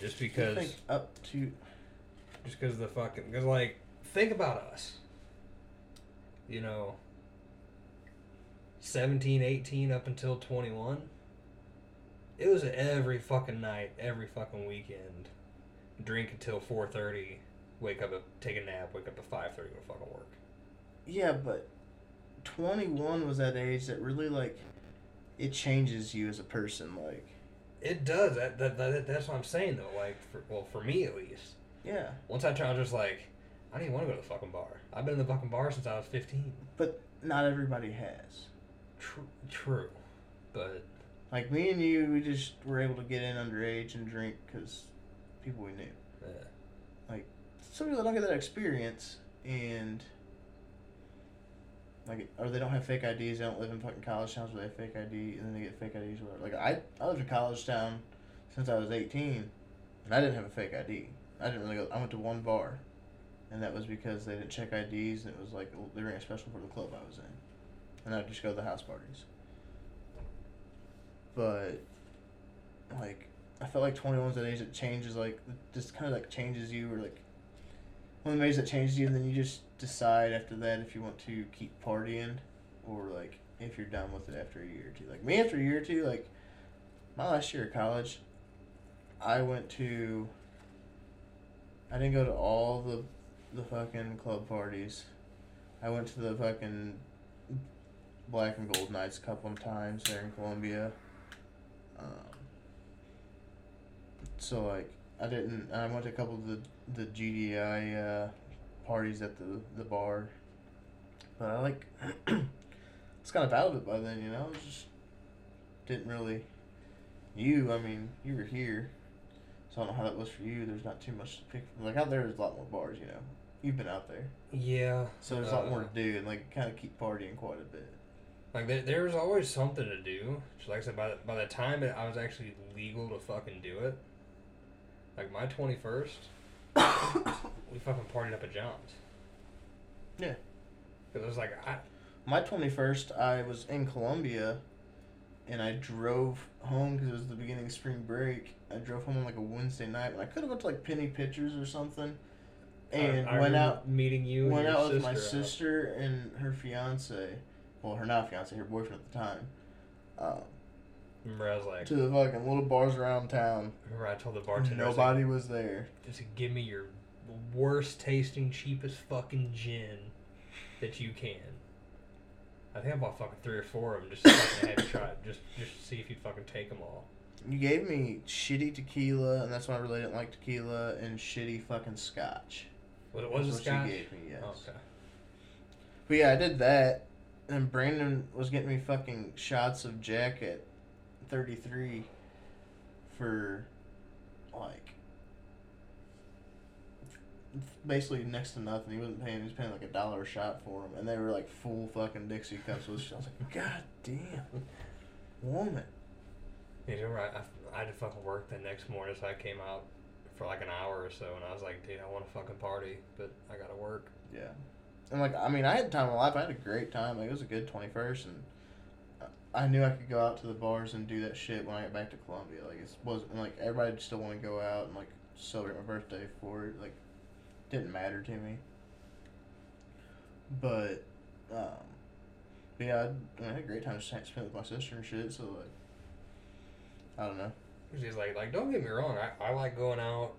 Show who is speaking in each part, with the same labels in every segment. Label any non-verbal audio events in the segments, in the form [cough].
Speaker 1: because
Speaker 2: think up to
Speaker 1: just because the fucking because like think about us you know 17 18 up until 21 it was every fucking night every fucking weekend drink until 4.30 wake up at, take a nap wake up at 5.30 go to fucking work
Speaker 2: yeah, but twenty one was that age that really like it changes you as a person. Like
Speaker 1: it does that, that, that that's what i'm saying though like for, well for me at least
Speaker 2: yeah,
Speaker 1: once i turned i was just like i don't even want to go to the fucking bar i've been in the fucking bar since i was 15
Speaker 2: but not everybody has.
Speaker 1: true, true. but
Speaker 2: Like me and you, we just were able to get in underage and drink because people we knew.
Speaker 1: yeah.
Speaker 2: Some people don't get that experience and. Like, or they don't have fake IDs. They don't live in fucking college towns where they have fake ID, and then they get fake IDs. Or whatever. Like, I, I lived in college town since I was eighteen, and I didn't have a fake ID. I didn't really go. I went to one bar, and that was because they didn't check IDs, and it was like they ran a special for the club I was in, and I'd just go to the house parties. But, like, I felt like twenty one's that age that changes, like, just kind of like changes you, or like one of the ways that changes you, and then you just decide after that if you want to keep partying, or like if you're done with it after a year or two. Like me, after a year or two, like my last year of college, I went to. I didn't go to all the, the fucking club parties. I went to the fucking Black and Gold Nights a couple of times there in Columbia. Um, so like I didn't. I went to a couple of the the GDI uh, parties at the the bar, but I like. [clears throat] it's kind of out of it by then, you know. It's just didn't really. You, I mean, you were here, so I don't know how that was for you. There's not too much to pick from. Like out there, there's a lot more bars, you know. You've been out there,
Speaker 1: yeah
Speaker 2: so there's a lot
Speaker 1: uh,
Speaker 2: more to do, and like kind of keep partying quite a bit.
Speaker 1: Like there, there was always something to do. Just like I said, by the, by the time that I was actually legal to fucking do it, like my twenty first, [coughs] we fucking partied up at John's.
Speaker 2: Yeah.
Speaker 1: Because it was like I,
Speaker 2: My 21st, I was in Columbia and I drove home because it was the beginning of spring break. I drove home on like a Wednesday night. I could have went to like Penny Pictures or something. And
Speaker 1: I, I
Speaker 2: went
Speaker 1: remember
Speaker 2: out
Speaker 1: meeting you.
Speaker 2: went
Speaker 1: and your
Speaker 2: out with my
Speaker 1: sister, uh,
Speaker 2: sister and her fiance. Well, her not fiance, her boyfriend at the time. Uh,
Speaker 1: Remember, I was like,
Speaker 2: to the fucking little bars around town.
Speaker 1: remember I told the bartender, I was like,
Speaker 2: Nobody was there.
Speaker 1: just give me your worst tasting, cheapest fucking gin that you can. I think I bought fucking three or four of them just to fucking
Speaker 2: [coughs]
Speaker 1: have you try it, just just to see if you'd fucking take them all.
Speaker 2: You gave me shitty tequila, and that's why I really didn't like tequila, and shitty fucking scotch.
Speaker 1: But it was a
Speaker 2: That's what
Speaker 1: scotch. Oh,
Speaker 2: you gave me, yes.
Speaker 1: Okay.
Speaker 2: But yeah, I did that, and Brandon was getting me fucking shots of Jack at 33 for like basically next to nothing. He wasn't paying; he was paying like a dollar a shot for them, and they were like full fucking Dixie cups. With shit. I was like, [laughs] God damn, woman.
Speaker 1: You know, I, I, I had to fucking work the next morning, so I came out for like an hour or so, and I was like, dude, I want to fucking party, but I gotta work.
Speaker 2: Yeah. And like I mean, I had time of my life. I had a great time. Like it was a good twenty first, and I- I knew I could go out to the bars and do that shit when I got back to Columbia. Like it wasn't like everybody still want to go out and like celebrate my birthday for it. Like didn't matter to me. But um, but yeah, I, I had a great time spent with my sister and shit. So like, I don't know.
Speaker 1: She's like, like, don't get me wrong, I, I like going out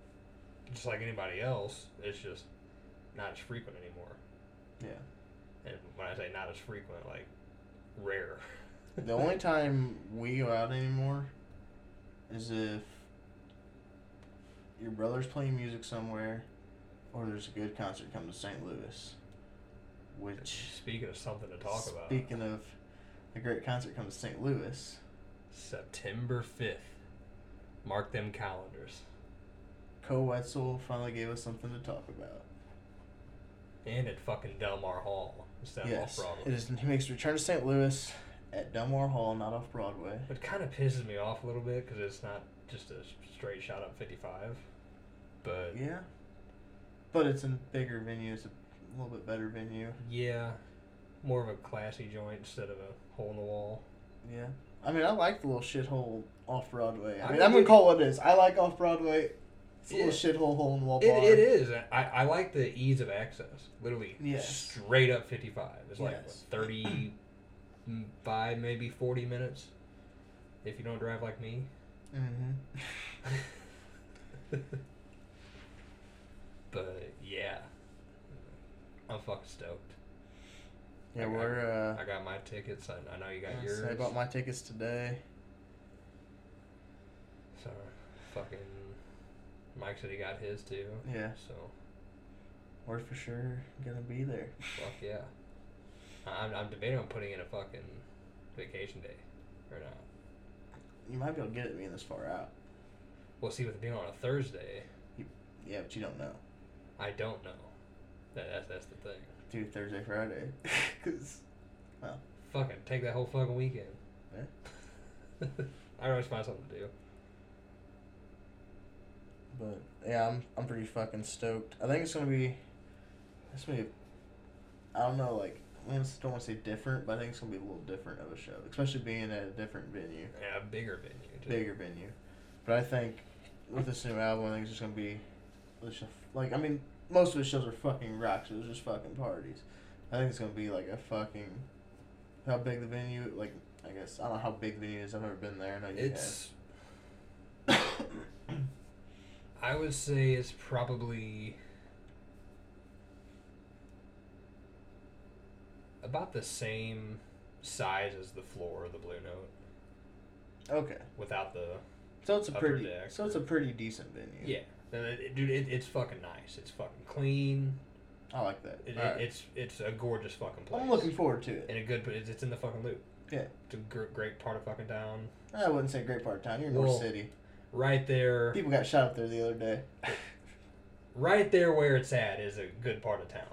Speaker 1: just like anybody else. It's just not as frequent anymore.
Speaker 2: Yeah.
Speaker 1: And when I say not as frequent, like rare.
Speaker 2: [laughs] The only time we go out anymore is if your brother's playing music somewhere or there's a good concert coming to St. Louis. Which,
Speaker 1: Speaking of something to talk about,
Speaker 2: speaking of a great concert coming to St. Louis,
Speaker 1: September 5th. Mark them calendars.
Speaker 2: Co Wetzel finally gave us something to talk about.
Speaker 1: And at fucking Delmar Hall instead
Speaker 2: yes,
Speaker 1: of off
Speaker 2: it
Speaker 1: Broadway.
Speaker 2: is, he makes a return to St. Louis at Delmar Hall, not off Broadway.
Speaker 1: It kind of pisses me off a little bit because it's not just a straight shot up 55. But
Speaker 2: Yeah. But it's a bigger venue, it's a little bit better venue.
Speaker 1: yeah, more of a classy joint instead of a hole in the wall.
Speaker 2: Yeah. I mean, I like the little shithole off Broadway.
Speaker 1: I
Speaker 2: I mean,
Speaker 1: mean,
Speaker 2: I'm gonna
Speaker 1: it-
Speaker 2: call it what it is. I like off Broadway. It's a little shithole hole in the wall
Speaker 1: It,
Speaker 2: bar.
Speaker 1: it is. I, I like the ease of access. Literally,
Speaker 2: Yes.
Speaker 1: straight up 55. It's like what,
Speaker 2: Yes.
Speaker 1: 35, maybe 40 minutes if you don't drive like me. [laughs]
Speaker 2: Mm-hmm.
Speaker 1: but yeah, I'm fucking stoked.
Speaker 2: Yeah,
Speaker 1: I- I-
Speaker 2: we're.
Speaker 1: I got my tickets. I, I know you
Speaker 2: Uh,
Speaker 1: got
Speaker 2: I
Speaker 1: yours.
Speaker 2: Uh. say I bought my tickets today.
Speaker 1: so, fucking Mike said he got his too.
Speaker 2: Yeah,
Speaker 1: So,
Speaker 2: we're for sure gonna be there.
Speaker 1: fuck yeah. I- I'm, I'm debating on putting in a fucking vacation day or not.
Speaker 2: You might be able to get it being this far out.
Speaker 1: Well, see, with it being on a Thursday,
Speaker 2: Yeah, but you don't know.
Speaker 1: I don't know. That, that's that's the thing.
Speaker 2: Dude, Thursday,
Speaker 1: [laughs]
Speaker 2: Friday. [laughs] Cause
Speaker 1: Fucking take that whole fucking weekend. [laughs]
Speaker 2: Yeah.
Speaker 1: I always find something to do.
Speaker 2: But yeah, I'm I'm pretty fucking stoked. I think it's gonna be, it's gonna be, I don't know, like I don't want to say different, but I think it's gonna be a little different of a show, especially being at a different venue,
Speaker 1: Yeah, a bigger venue. Too.
Speaker 2: bigger venue. But I think with this new album, I think it's just gonna be, it's just- like I mean, most of the shows are fucking rocks. It was just fucking parties. I think it's gonna be like a fucking, how big the venue? Like I guess I don't know how big the venue is. I've never been there. I know you have.
Speaker 1: It's. [coughs] I would say it's probably about the same size as the floor of the Blue Note,
Speaker 2: Okay,
Speaker 1: without the
Speaker 2: so it's a
Speaker 1: Upper
Speaker 2: pretty,
Speaker 1: deck
Speaker 2: so it's a pretty decent venue.
Speaker 1: yeah. Uh, it- Dude, it, it's fucking nice. It's fucking clean.
Speaker 2: I like that.
Speaker 1: It, it-
Speaker 2: Alright.
Speaker 1: It's it's a gorgeous fucking place.
Speaker 2: I'm looking forward to it.
Speaker 1: And a good, but it's, it's in the fucking loop.
Speaker 2: Yeah.
Speaker 1: It's a gr- great part of fucking town.
Speaker 2: I wouldn't say great part of town. You're in North
Speaker 1: Well-
Speaker 2: City.
Speaker 1: Right there,
Speaker 2: People got shot up there the other day. [laughs]
Speaker 1: right there where it's at is a good part of town.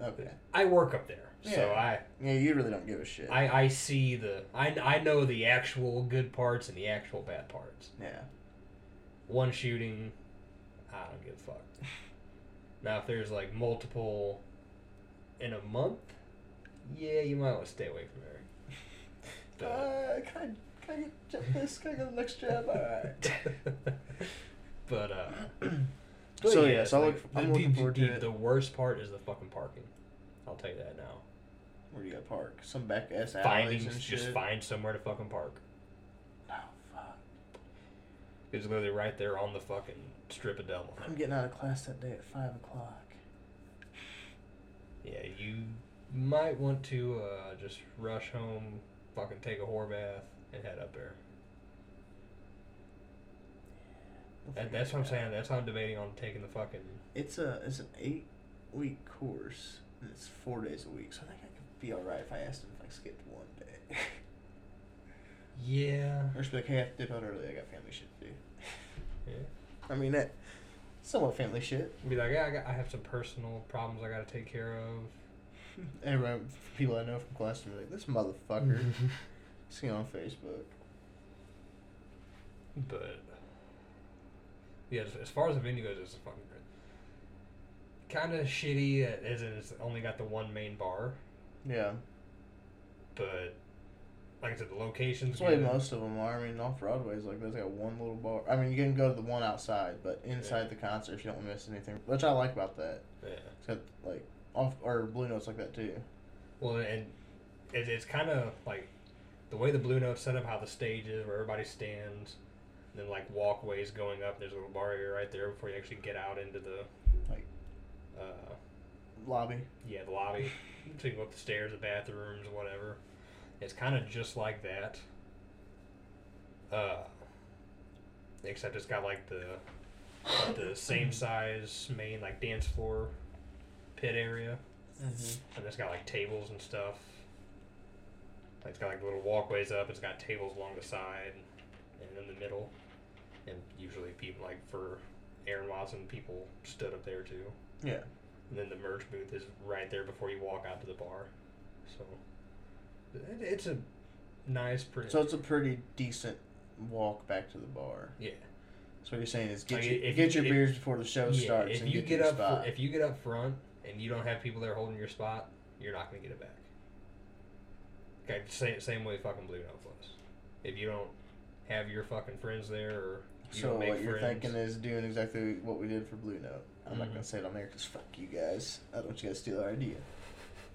Speaker 2: Okay.
Speaker 1: I work up there, so
Speaker 2: Yeah.
Speaker 1: I
Speaker 2: Yeah, you really don't give a shit.
Speaker 1: I, I see the I, I know the actual good parts and the actual bad parts.
Speaker 2: yeah.
Speaker 1: One shooting, I don't give a
Speaker 2: [laughs]
Speaker 1: fuck. Now if there's like multiple in a month, yeah, you might want to stay away from there.
Speaker 2: [laughs]
Speaker 1: But-
Speaker 2: Uh, can I, can I get j- this? Can I get the next job? Alright.
Speaker 1: [laughs] but
Speaker 2: [clears throat]
Speaker 1: uh
Speaker 2: So, yeah, so I look- I'm
Speaker 1: the-
Speaker 2: looking
Speaker 1: the-
Speaker 2: forward to
Speaker 1: the,
Speaker 2: it.
Speaker 1: the worst part is the fucking parking. I'll tell you that now.
Speaker 2: Where do you got park? Some back ass alleys
Speaker 1: Finding
Speaker 2: and shit.
Speaker 1: just find somewhere to fucking park.
Speaker 2: Oh, fuck.
Speaker 1: It's literally right there on the fucking strip of Delmar.
Speaker 2: I'm getting out of class that day at 5 o'clock.
Speaker 1: Yeah, you might want to uh, just rush home, fucking take a whore bath, and head up there.
Speaker 2: We'll
Speaker 1: That,
Speaker 2: figure
Speaker 1: that's
Speaker 2: it
Speaker 1: what I'm
Speaker 2: out.
Speaker 1: saying. That's how I'm debating on taking the fucking.
Speaker 2: It's a it's an eight week course and it's four days a week, so I think I could be alright if I asked them if I skipped one day. [laughs]
Speaker 1: Yeah.
Speaker 2: or just be like, hey, I have to dip out early. I got family shit to do. [laughs]
Speaker 1: yeah.
Speaker 2: I mean, that somewhat
Speaker 1: [laughs]
Speaker 2: family shit.
Speaker 1: Be like, yeah, I, got, I have some personal problems I gotta take care of.
Speaker 2: Everyone, people I know from class, are like, this motherfucker.
Speaker 1: [laughs]
Speaker 2: See on Facebook.
Speaker 1: But yeah, as, as far as the venue goes, it's fucking great. Kind of shitty that as in it's only got the one main bar,
Speaker 2: Yeah,
Speaker 1: but like I said, the location's
Speaker 2: that's why
Speaker 1: good.
Speaker 2: most of them are. I mean, off Broadway is like that's got one little bar. I mean, you can go to the one outside, but inside
Speaker 1: Yeah.
Speaker 2: the concert, if you don't miss anything, which I like about that.
Speaker 1: Yeah.
Speaker 2: It's got like off or Blue Notes like that too.
Speaker 1: Well, and it, it's kind of like the way the Blue Note's set up, how the stage is, where everybody stands, and then like walkways going up. There's a little bar area right there before you actually get out into the
Speaker 2: Like-
Speaker 1: uh,
Speaker 2: Lobby.
Speaker 1: yeah, the lobby. so you can go up the stairs, the bathrooms, whatever. It's kind of just like that. Uh, except it's got like the like the same size main like dance floor pit area.
Speaker 2: Mm-hmm.
Speaker 1: And it's got like tables and stuff. Like, it's got like little walkways up. It's got tables along the side and in the middle. And usually people like for Aaron Watson, people stood up there too.
Speaker 2: Yeah.
Speaker 1: And then the merch booth is right there before you walk out to the bar. So it, it's a nice, pretty.
Speaker 2: So it's a pretty decent walk back to the bar.
Speaker 1: yeah.
Speaker 2: So what you're saying is get
Speaker 1: Like,
Speaker 2: your,
Speaker 1: if
Speaker 2: get
Speaker 1: you-
Speaker 2: your
Speaker 1: if-
Speaker 2: beers before the show
Speaker 1: yeah,
Speaker 2: starts.
Speaker 1: if
Speaker 2: and
Speaker 1: you
Speaker 2: get, to
Speaker 1: get
Speaker 2: your
Speaker 1: up,
Speaker 2: spot.
Speaker 1: fr- if you get up front and you don't have people there holding your spot, you're not gonna get it back. Okay, same same way fucking Blue Note was. If you don't have your fucking friends there or You
Speaker 2: so
Speaker 1: make
Speaker 2: what you're
Speaker 1: friends.
Speaker 2: thinking is doing exactly what we did for Blue Note. I'm not
Speaker 1: Mhm.
Speaker 2: gonna say it on there because fuck you guys. I don't want you guys to steal
Speaker 1: [laughs]
Speaker 2: our idea.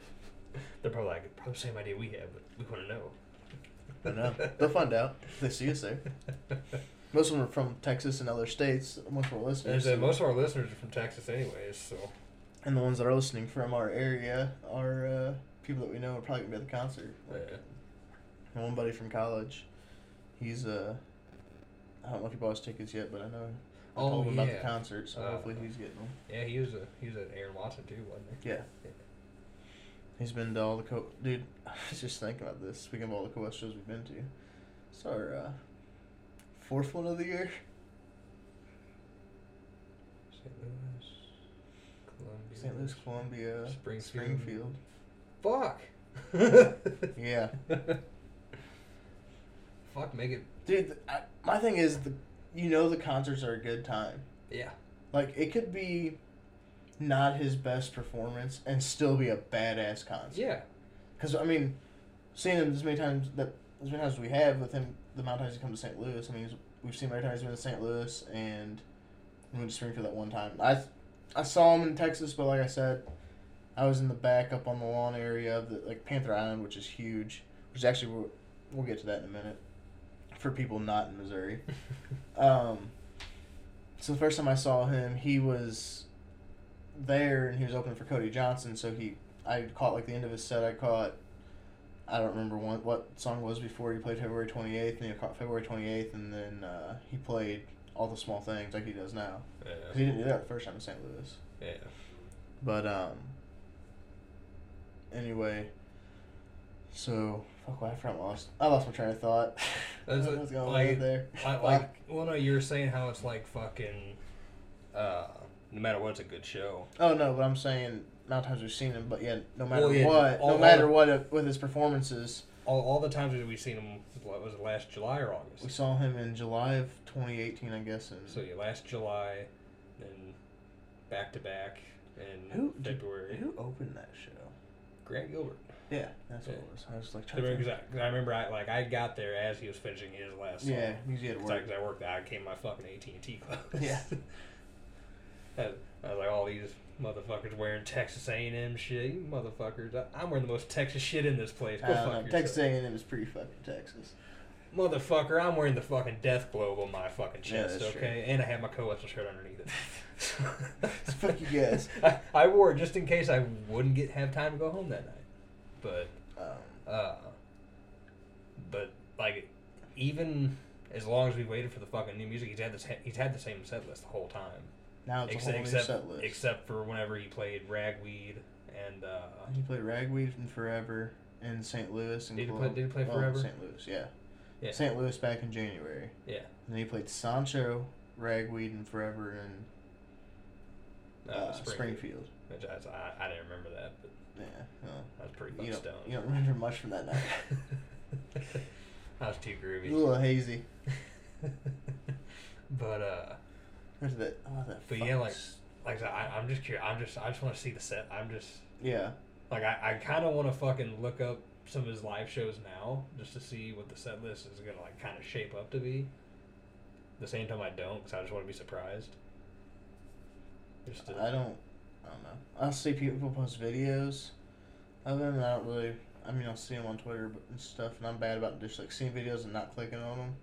Speaker 1: [laughs] They're probably like, probably the same idea we have, but we want to know.
Speaker 2: I don't know. They'll find
Speaker 1: [laughs]
Speaker 2: out if they see us there. Most of them are from Texas and other states. Most of our
Speaker 1: There's
Speaker 2: listeners,
Speaker 1: that most of our listeners are from Texas, anyways, so
Speaker 2: and the ones that are listening from our area are uh, people that we know are probably gonna be at the concert. Like,
Speaker 1: Yeah.
Speaker 2: my One buddy from college, he's uh, I don't know if he bought his tickets yet, but I know I
Speaker 1: Oh,
Speaker 2: told him about
Speaker 1: yeah.
Speaker 2: the concert, so
Speaker 1: Uh,
Speaker 2: hopefully he's getting them.
Speaker 1: yeah, he was a he was an Aaron Watson too, wasn't he?
Speaker 2: Yeah. He's been to all the co. Dude, [sighs] I was just thinking about this. Speaking of all the co shows we've been to, it's our uh, fourth one of the year.
Speaker 1: St. Louis, Columbia,
Speaker 2: St. Louis, Columbia,
Speaker 1: Springfield.
Speaker 2: Springfield.
Speaker 1: Fuck.
Speaker 2: [laughs] Yeah,
Speaker 1: [laughs] Fuck, make it.
Speaker 2: dude. th- I, my thing is, the, you know, the concerts are a good time.
Speaker 1: Yeah.
Speaker 2: Like it could be not his best performance and still be a badass concert.
Speaker 1: Yeah.
Speaker 2: Because I mean, seeing him as many times that as many times as we have with him, the amount of times he comes to St. Louis. I mean, he's, we've seen many times he's been to St. Louis and we went to Springfield that one time. I I saw him in Texas, but like I said, I was in the back up on the lawn area of the like Panther Island, which is huge. Which actually we'll, we'll get to that in a minute for people not in Missouri. [laughs] Um, so the first time I saw him, he was there and he was opening for Cody Johnson. So he, I caught like the end of his set. I caught, I don't remember one, what song was before he played February twenty eighth, and he caught February twenty eighth, and then uh, he played all the small things like he does now. 'Cause He
Speaker 1: Yeah.
Speaker 2: didn't do that the first time in St. Louis.
Speaker 1: Yeah.
Speaker 2: But um. Anyway. So fuck, why I front lost. I lost my train of thought. [laughs]
Speaker 1: That's
Speaker 2: I
Speaker 1: it.
Speaker 2: was going
Speaker 1: Like-
Speaker 2: right there.
Speaker 1: I,
Speaker 2: Fuck.
Speaker 1: like, well, no, you were saying how it's like fucking. Uh, no matter what, it's a good show.
Speaker 2: Oh no, but I'm saying not times we've seen him, but yeah, no matter
Speaker 1: Well, yeah,
Speaker 2: what,
Speaker 1: all-
Speaker 2: no matter what uh, with his performances,
Speaker 1: All, all the times that we've seen him what was it last July or
Speaker 2: we
Speaker 1: August.
Speaker 2: saw him in July of 2018, I guess. And
Speaker 1: So yeah, last July, then back to back, and
Speaker 2: Who did-
Speaker 1: February.
Speaker 2: who opened that show?
Speaker 1: Grant Gilbert.
Speaker 2: Yeah, that's what
Speaker 1: Yeah.
Speaker 2: it was. I was like
Speaker 1: I
Speaker 2: trying to.
Speaker 1: remember,
Speaker 2: think.
Speaker 1: 'cause I, 'cause I remember I like I got there as he was finishing his last. song.
Speaker 2: Yeah, because he had
Speaker 1: Because I,
Speaker 2: work.
Speaker 1: 'cause I worked, I came in my fucking AT and T [laughs] clothes.
Speaker 2: Yeah.
Speaker 1: I, I was like, all these motherfuckers wearing Texas A and M shit. You motherfuckers, I, I'm wearing the most Texas shit in this place. Go
Speaker 2: I don't
Speaker 1: fuck
Speaker 2: know,
Speaker 1: yourself.
Speaker 2: Texas A&M is pretty fucking Texas.
Speaker 1: Motherfucker, I'm wearing the fucking death globe on my fucking
Speaker 2: Yeah,
Speaker 1: chest,
Speaker 2: that's
Speaker 1: okay? And I have my coastal shirt underneath it.
Speaker 2: [laughs] Fuck you guys.
Speaker 1: [laughs] I, I wore it just in case I wouldn't get have time to go home that night.
Speaker 2: Um,
Speaker 1: But uh but like even as long as we waited for the fucking new music, he's had this he's had the same set list the whole time.
Speaker 2: now it's a
Speaker 1: except
Speaker 2: whole new
Speaker 1: except,
Speaker 2: set list.
Speaker 1: except for whenever he played Ragweed and uh
Speaker 2: he played Ragweed and Forever in St. Louis and
Speaker 1: Did he play-
Speaker 2: Columbus.
Speaker 1: did he play
Speaker 2: well,
Speaker 1: Forever?
Speaker 2: St. Louis, yeah.
Speaker 1: Yeah.
Speaker 2: St. Louis back in January.
Speaker 1: yeah.
Speaker 2: And then he played Sancho, Ragweed, and Forever in
Speaker 1: Uh,
Speaker 2: uh,
Speaker 1: Spring,
Speaker 2: Springfield.
Speaker 1: Which I, was- I, I didn't remember that, but
Speaker 2: Yeah.
Speaker 1: I was pretty
Speaker 2: no.
Speaker 1: much
Speaker 2: You, don't,
Speaker 1: stoned. [laughs]
Speaker 2: you don't remember much from that night.
Speaker 1: I was too
Speaker 2: a
Speaker 1: groovy.
Speaker 2: little hazy.
Speaker 1: [laughs] but uh
Speaker 2: Where's that? Oh, that.
Speaker 1: But yeah,
Speaker 2: fucking
Speaker 1: like-
Speaker 2: s-
Speaker 1: like I said, I, I'm just curious. I'm just I just want to see the set. I'm just
Speaker 2: Yeah.
Speaker 1: like I, I kind of want to fucking look up some of his live shows now just to see what the set list is gonna like kind of shape up to be. The same time I don't because I just want to be surprised. Just to,
Speaker 2: I don't. I don't know. I'll see people post videos of him, and I don't really. I mean, I'll see him on Twitter but, and stuff, and I'm bad about just like seeing videos and not clicking on them.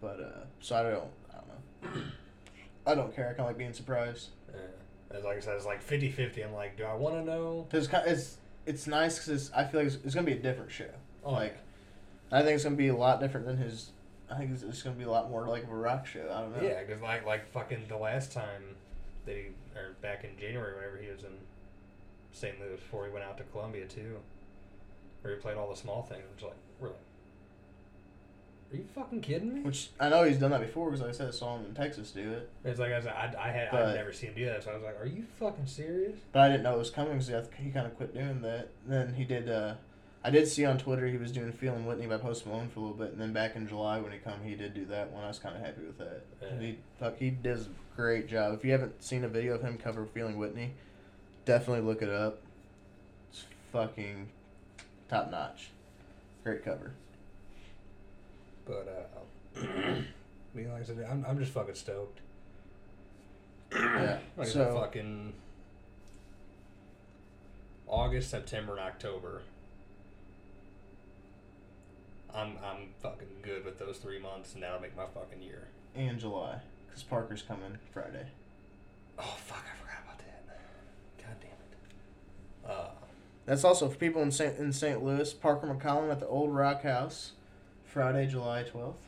Speaker 2: But uh, so I don't. I don't know. [clears throat] I don't care. I kind of like being surprised.
Speaker 1: yeah. It's like I said, it's like 50-50. I'm like, do I want to know?
Speaker 2: Cause it's ki- it's it's nice because I feel like it's, it's gonna be a different show.
Speaker 1: Oh,
Speaker 2: like, I think it's gonna be a lot different than his. I think it's, it's gonna be a lot more like of a rock show. I don't know.
Speaker 1: Yeah, because like like fucking the last time that he or back in January whenever he was in St. Louis before he went out to Columbia too, where he played all the small things, which like we're like, are you fucking kidding me?
Speaker 2: Which I know he's done that before because like I said, I saw him in Texas do it,
Speaker 1: It's like I was I, I had I'd
Speaker 2: But-
Speaker 1: never seen him do that, so I was like, are you fucking serious?
Speaker 2: but I didn't know it was coming because he kind of quit doing that. And then he did. uh I did see on Twitter he was doing "Feeling Whitney" by Post Malone for a little bit, and then back in July when he come, he did do that one. I was kind of happy with that.
Speaker 1: Yeah.
Speaker 2: He fuck, he does a great job. If you haven't seen a video of him cover "Feeling Whitney," definitely look it up. It's fucking top notch. Great cover.
Speaker 1: [clears throat] But uh, mean, like I said, I'm, I'm just fucking
Speaker 2: [clears throat]
Speaker 1: stoked.
Speaker 2: Yeah.
Speaker 1: Like
Speaker 2: so
Speaker 1: fucking August, September, and October. I'm I'm fucking good with those three months, and that'll make my fucking year.
Speaker 2: and July, because Parker's coming Friday.
Speaker 1: Oh fuck! I forgot about that. God damn it. Uh,
Speaker 2: That's also for people in St. in St. Louis. Parker McCollum at the Old Rock House, Friday, July twelfth.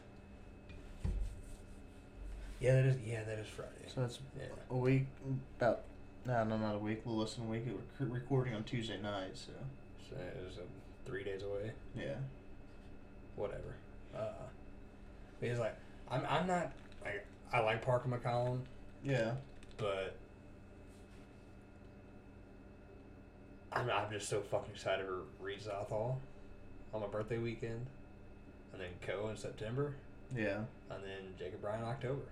Speaker 1: yeah, that is yeah, that is Friday.
Speaker 2: So that's
Speaker 1: Yeah.
Speaker 2: a week, about no, no, not a week, a little less than a week. We're rec- recording on Tuesday night, so
Speaker 1: So it was um, three days away.
Speaker 2: yeah.
Speaker 1: Whatever. Uh, because like I'm I'm not like I like Parker McCollum,
Speaker 2: Yeah.
Speaker 1: but I'm, I'm just so fucking excited for Reed Southall on my birthday weekend, and then Co in September,
Speaker 2: Yeah.
Speaker 1: and then Jacob Bryan in October.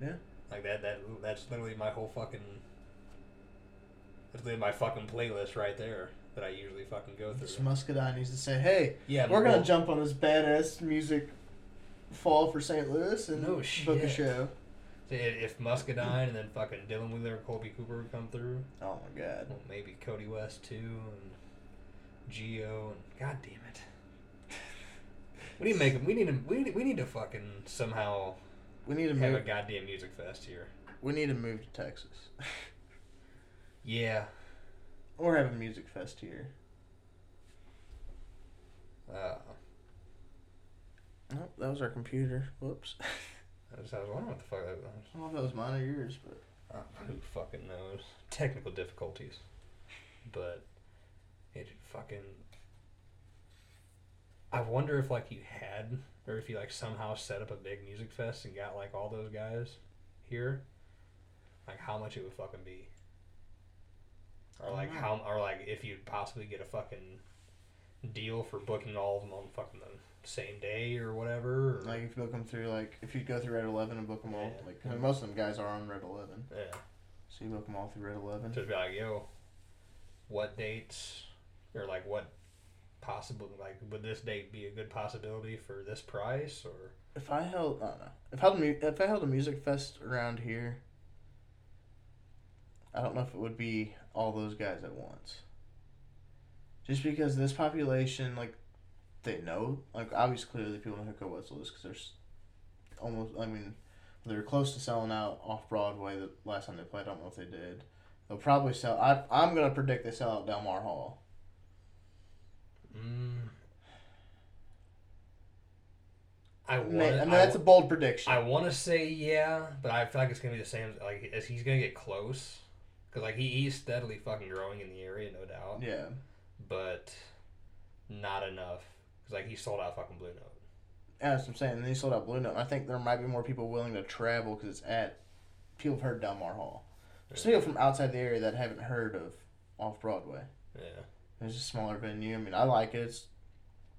Speaker 2: Yeah.
Speaker 1: Like that that that's literally my whole fucking that's literally my fucking playlist right there that I usually fucking go through.
Speaker 2: This Muscadine needs to say, hey,
Speaker 1: yeah,
Speaker 2: we're gonna
Speaker 1: well,
Speaker 2: jump on this badass music fall for St. Louis and
Speaker 1: No
Speaker 2: book a
Speaker 1: shit.
Speaker 2: show.
Speaker 1: i- if Muscadine and then fucking Dylan Wheeler, and Colby Cooper would come through.
Speaker 2: Oh my god.
Speaker 1: Well, maybe Cody West too, and Geo, and God damn it, [sighs] we need to make 'em- We need to. We need, we need to fucking somehow
Speaker 2: We need to
Speaker 1: have a
Speaker 2: move.
Speaker 1: goddamn music fest here.
Speaker 2: We need to move to Texas, [laughs]
Speaker 1: Yeah,
Speaker 2: or have a music fest here.
Speaker 1: uh,
Speaker 2: Oh, that was our computer. Whoops. [laughs]
Speaker 1: I was I was wondering what the fuck that was.
Speaker 2: I don't know if that was mine or yours, but
Speaker 1: Uh, who fucking knows? Technical difficulties, but it fucking. I wonder if like you had, or if you like somehow set up a big music fest and got like all those guys here, like how much it would fucking be, or like how, or like if you'd possibly get a fucking deal for booking all of them on fucking the same day or whatever. Or,
Speaker 2: like if you book them through, like if you go through Red Eleven and book them all,
Speaker 1: Yeah.
Speaker 2: like 'cause most of them guys are on Red Eleven,
Speaker 1: yeah.
Speaker 2: so you book them all through Red Eleven.
Speaker 1: Just be like, yo, what dates or like what possible like would this date be a good possibility for this price or
Speaker 2: If I held, I don't know. If I held, a mu- if I held a music fest around here, I don't know if it would be all those guys at once. Just because this population, like, they know, like, obviously, clearly, people know who Co Wetzel is because there's almost, I mean, they were close to selling out off Broadway the last time they played. I don't know if they did. They'll probably sell. I, I'm gonna predict they sell out Delmar Hall.
Speaker 1: mm, I want
Speaker 2: May- I mean,
Speaker 1: I,
Speaker 2: that's a bold prediction.
Speaker 1: want to say yeah, but I feel like it's gonna be the same. Like as he's gonna get close, because like he, he's steadily fucking growing in the area, no doubt.
Speaker 2: yeah,
Speaker 1: But not enough because like he sold out fucking Blue Note.
Speaker 2: Yeah, that's what I'm saying. And they sold out Blue Note. And I think there might be more people willing to travel because it's at people have heard Delmar Hall. There's people from outside the area that haven't heard of off Broadway.
Speaker 1: Yeah,
Speaker 2: It's a smaller venue. I mean, I like it. It's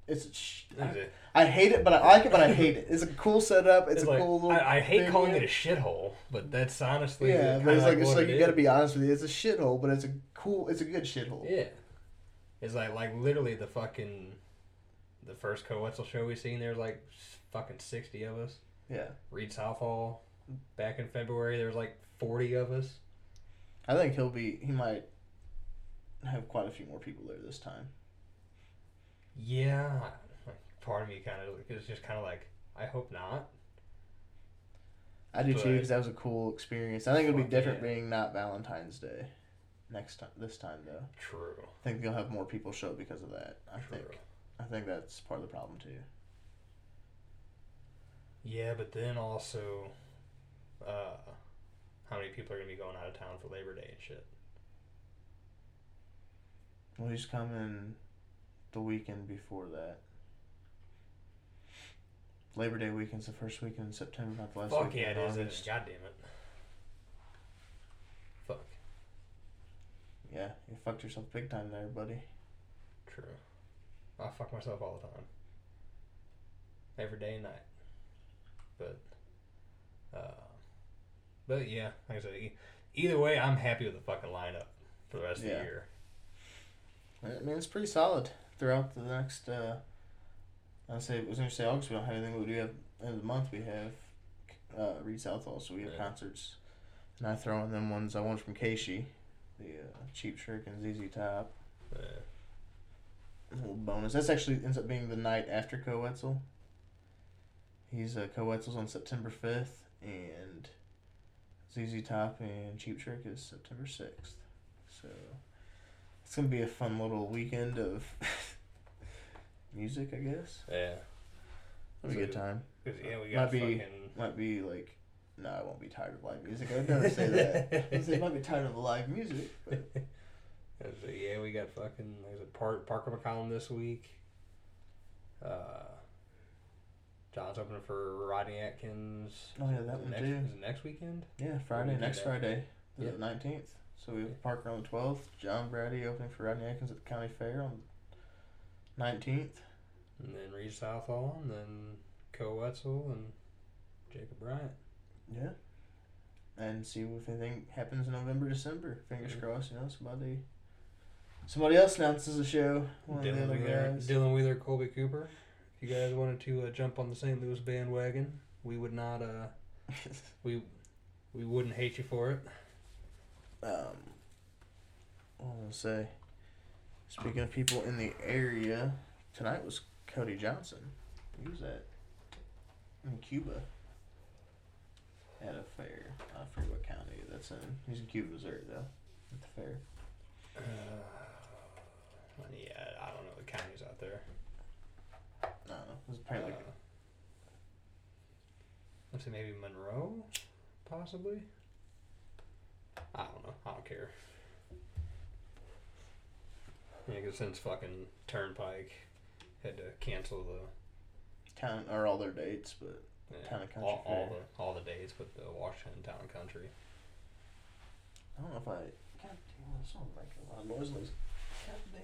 Speaker 2: it's. sh-
Speaker 1: Is
Speaker 2: I,
Speaker 1: it-
Speaker 2: I hate it, but I like it, but I hate it. It's a cool setup. It's,
Speaker 1: It's
Speaker 2: a
Speaker 1: like,
Speaker 2: cool. Little
Speaker 1: I, I hate calling it a
Speaker 2: venue.
Speaker 1: shithole, but that's honestly
Speaker 2: Yeah,
Speaker 1: kinda
Speaker 2: but it's like, it's
Speaker 1: what
Speaker 2: like
Speaker 1: it
Speaker 2: you got to
Speaker 1: is.
Speaker 2: be honest with you. It's a shithole, but it's a cool. It's a good shithole.
Speaker 1: Yeah. It's like like literally the fucking the first Co Wetzel show we seen there was like s- fucking sixty of us.
Speaker 2: Yeah,
Speaker 1: Reed Southall back in February there was like forty of us.
Speaker 2: I think he'll be. He might have quite a few more people there this time.
Speaker 1: Yeah, like, part of me kind of is just kind of like I hope not.
Speaker 2: I do too,
Speaker 1: But-
Speaker 2: 'cause that was a cool experience. I think it'll be
Speaker 1: Fuck
Speaker 2: different
Speaker 1: yeah.
Speaker 2: being not Valentine's Day next time. This time though,
Speaker 1: True.
Speaker 2: I think you'll have more people show because of that. I
Speaker 1: True.
Speaker 2: think I think that's part of the problem too.
Speaker 1: Yeah, but then also, uh, how many people are gonna be going out of town for Labor Day and shit?
Speaker 2: Well, he's coming the weekend before that. Labor Day weekend's the first weekend in September, not the last
Speaker 1: Fuck
Speaker 2: weekend
Speaker 1: yeah, it
Speaker 2: in
Speaker 1: is. isn't it?
Speaker 2: August.
Speaker 1: God damn it. Fuck.
Speaker 2: Yeah, you fucked yourself big time there, buddy.
Speaker 1: True. I fuck myself all the time. Every day and night. But, uh, but yeah, like I said, e- either way, I'm happy with the fucking lineup for the rest of
Speaker 2: Yeah.
Speaker 1: the year.
Speaker 2: I mean, it's pretty solid throughout the next. Uh, I say I was gonna say August. We don't have anything, but we do have in the month. We have uh, Reed Southall, so we have
Speaker 1: Yeah.
Speaker 2: concerts, and I throw in them ones I won from Casey, the uh, Cheap Trick and ZZ Top.
Speaker 1: Yeah.
Speaker 2: A little bonus. That's actually ends up being the night after Coetzel. He's uh, Coetzel's on September fifth, and ZZ Top and Cheap Trick is September sixth. So it's gonna be a fun little weekend of [laughs] music, I guess.
Speaker 1: Yeah.
Speaker 2: It'll be a good time.
Speaker 1: 'Cause, yeah, we got
Speaker 2: Might be-
Speaker 1: fucking.
Speaker 2: Might be like, no, I won't be tired of live music. I'd never [laughs] say that.
Speaker 1: [laughs]
Speaker 2: I say, might be tired of live music, but
Speaker 1: I was like, yeah, we got fucking. There's a Park, Parker McCollum this week. Uh, John's opening for Rodney Atkins.
Speaker 2: oh yeah, that
Speaker 1: Is it
Speaker 2: one
Speaker 1: next,
Speaker 2: too.
Speaker 1: Is it next weekend?
Speaker 2: Yeah, Friday,
Speaker 1: do
Speaker 2: next
Speaker 1: that.
Speaker 2: Friday, the
Speaker 1: Yeah.
Speaker 2: 19th. So we
Speaker 1: Yeah.
Speaker 2: have Parker on the 12th, John Brady opening for Rodney Atkins at the county fair on 19th.
Speaker 1: And then Reed Southall, and then Co Wetzel, and Jacob Bryant.
Speaker 2: Yeah. And see if anything happens in November, December. Fingers
Speaker 1: Yeah.
Speaker 2: crossed, you know, somebody somebody else announces a show. One
Speaker 1: Dylan
Speaker 2: of the other
Speaker 1: Wheeler,
Speaker 2: guys.
Speaker 1: Dylan Wheeler, Colby Cooper. If you guys wanted to uh, jump on the St. Louis bandwagon, we would not. Uh,
Speaker 2: [laughs]
Speaker 1: we we wouldn't hate you for it.
Speaker 2: um, what was I gonna say? Speaking of people in the area, tonight was Cody Johnson. He was at in Cuba at a fair. I forget what county that's in. He's in Cuba, Missouri, though. At the fair.
Speaker 1: Uh, yeah, Uh, I don't know the counties out there.
Speaker 2: I don't know. It was probably like
Speaker 1: Uh, I'd say maybe Monroe, possibly. I don't know. I don't care. Yeah, 'cause since fucking Turnpike had to cancel the
Speaker 2: town or all their dates, but
Speaker 1: yeah,
Speaker 2: Town and Country
Speaker 1: all, all
Speaker 2: Fair.
Speaker 1: the all the dates with the Washington Town and
Speaker 2: [laughs]
Speaker 1: Country.
Speaker 2: I don't know if I. God damn, this one making a lot of noise.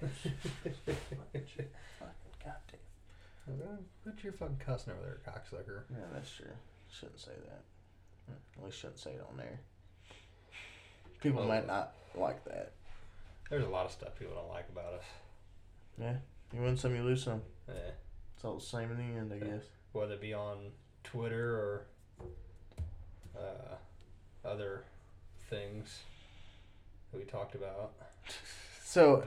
Speaker 2: Like, God
Speaker 1: [laughs]
Speaker 2: damn. Fucking God damn.
Speaker 1: Put your fucking cussing over there, cocksucker.
Speaker 2: Yeah, that's true. Shouldn't say that. At least shouldn't say it on there. People
Speaker 1: Oh.
Speaker 2: might not like that.
Speaker 1: There's a lot of stuff people don't like about us.
Speaker 2: Yeah. You win some, you lose some.
Speaker 1: Eh.
Speaker 2: It's all the same in the end, I
Speaker 1: Yeah.
Speaker 2: guess.
Speaker 1: whether it be on Twitter or uh, other things that we talked about.
Speaker 2: [laughs] So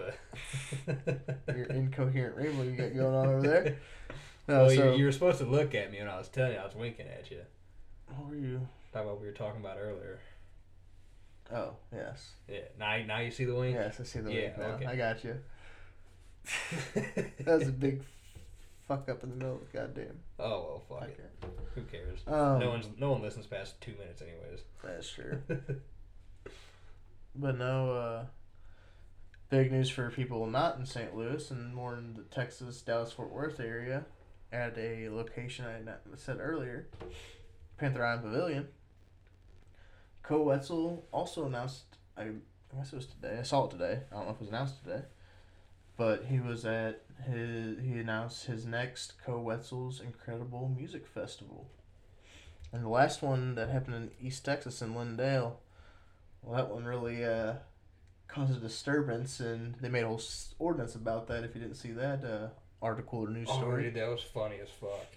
Speaker 1: But [laughs]
Speaker 2: [laughs] your incoherent ramble you got going on over [laughs] there. No,
Speaker 1: well,
Speaker 2: so
Speaker 1: you, you were supposed to look at me when I was telling you, I was winking at you.
Speaker 2: what were you?
Speaker 1: Talk about what we were talking about earlier.
Speaker 2: Oh yes,
Speaker 1: Yeah, now, now you see the wink? [laughs]
Speaker 2: yes. I see the
Speaker 1: Yeah,
Speaker 2: link now.
Speaker 1: okay.
Speaker 2: I got you. That was a big [laughs] fuck up in the middle of the goddamn.
Speaker 1: oh, well, fuck it.
Speaker 2: podcast.
Speaker 1: Who cares?
Speaker 2: Um,
Speaker 1: no one's no one listens past two minutes, anyways.
Speaker 2: That's true. But no, uh, big news for people not in St. Louis and more in the Texas, Dallas, Fort Worth area at a location I had not said earlier Panther Island Pavilion. Co Wetzel also announced, I, I guess it was today, I saw it today. I don't know if it was announced today. But he was at his, he announced his next Co Wetzel's Incredible Music Festival. And the last one that happened in East Texas in Lindale well, that one really uh, caused a disturbance, and they made a whole s- ordinance about that. If you didn't see that uh, article or news
Speaker 1: [laughs] Oh,
Speaker 2: story,
Speaker 1: dude, that was funny as fuck.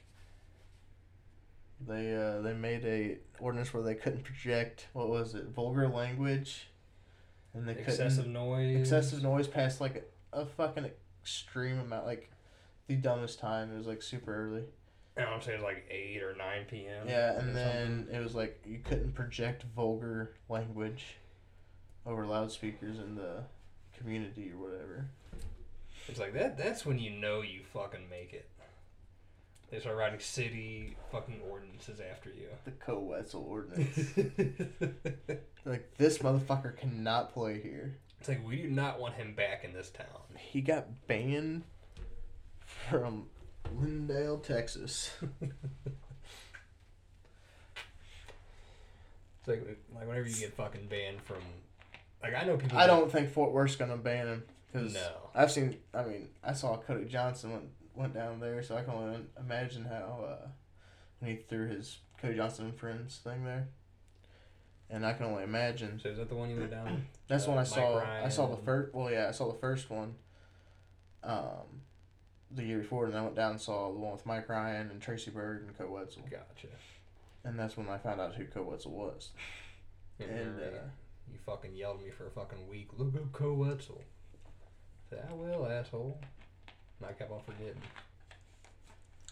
Speaker 2: they uh, they made a ordinance where they couldn't project what was it vulgar language, and they
Speaker 1: excessive
Speaker 2: couldn't
Speaker 1: noise.
Speaker 2: excessive noise past like a, a fucking extreme amount, like the dumbest time. It was like super early.
Speaker 1: I don't say it's like eight or nine p.m.
Speaker 2: Yeah,
Speaker 1: or
Speaker 2: and
Speaker 1: something.
Speaker 2: then it was like you couldn't project vulgar language over loudspeakers in the community or whatever.
Speaker 1: It's like that. That's when you know you fucking make it. They start writing city fucking ordinances after
Speaker 2: [laughs]
Speaker 1: you.
Speaker 2: The Co Wetzel
Speaker 1: [laughs]
Speaker 2: ordinance. like, this motherfucker cannot play here.
Speaker 1: it's like we do not want him back in this town.
Speaker 2: He got banned from Lindale, Texas.
Speaker 1: It's like like whenever you get fucking banned from, like I know people.
Speaker 2: I
Speaker 1: that-
Speaker 2: don't think Fort Worth's gonna ban him because
Speaker 1: No.
Speaker 2: I've seen. I mean, I saw Cody Johnson went went down there, so I can only imagine how uh, when he threw his Cody Johnson and friends thing there, and I can only imagine.
Speaker 1: So is that the one you went down?
Speaker 2: [coughs] That's
Speaker 1: Uh,
Speaker 2: when I
Speaker 1: Mike
Speaker 2: saw. I
Speaker 1: Ryan
Speaker 2: saw the
Speaker 1: and-
Speaker 2: first. Well, yeah, I saw the first one. Um, the year before, and I went down and saw the one with Mike Ryan and Tracy Bird and Co Wetzel,
Speaker 1: Gotcha.
Speaker 2: and that's when I found out who Kowetzel was. And
Speaker 1: remember
Speaker 2: uh,
Speaker 1: you, you fucking yelled at me for a fucking week. Look up Coetzel. I said, I will, asshole. And I kept on forgetting.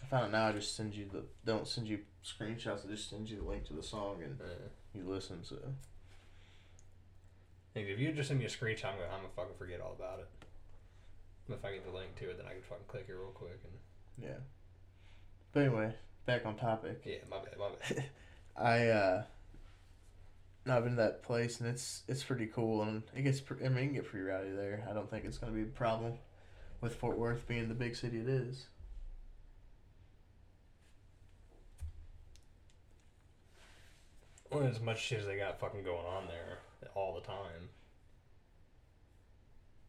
Speaker 2: I found out now. I just send you the don't send you screenshots. I just send you the link to the song and
Speaker 1: Uh,
Speaker 2: you listen. So
Speaker 1: like, if you just send me a screenshot, I'm gonna, I'm gonna fucking forget all about it. But if I get the link to it, then I can fucking click it real quick. And
Speaker 2: yeah. But anyway, back on topic.
Speaker 1: yeah, my bad, my bad.
Speaker 2: I uh no, I've been to that place and it's it's pretty cool and it gets pre- I mean it can get pretty rowdy there. I don't think it's gonna be a problem with Fort Worth being the big city it is.
Speaker 1: [laughs] Well, as much shit as they got fucking going on there all the time,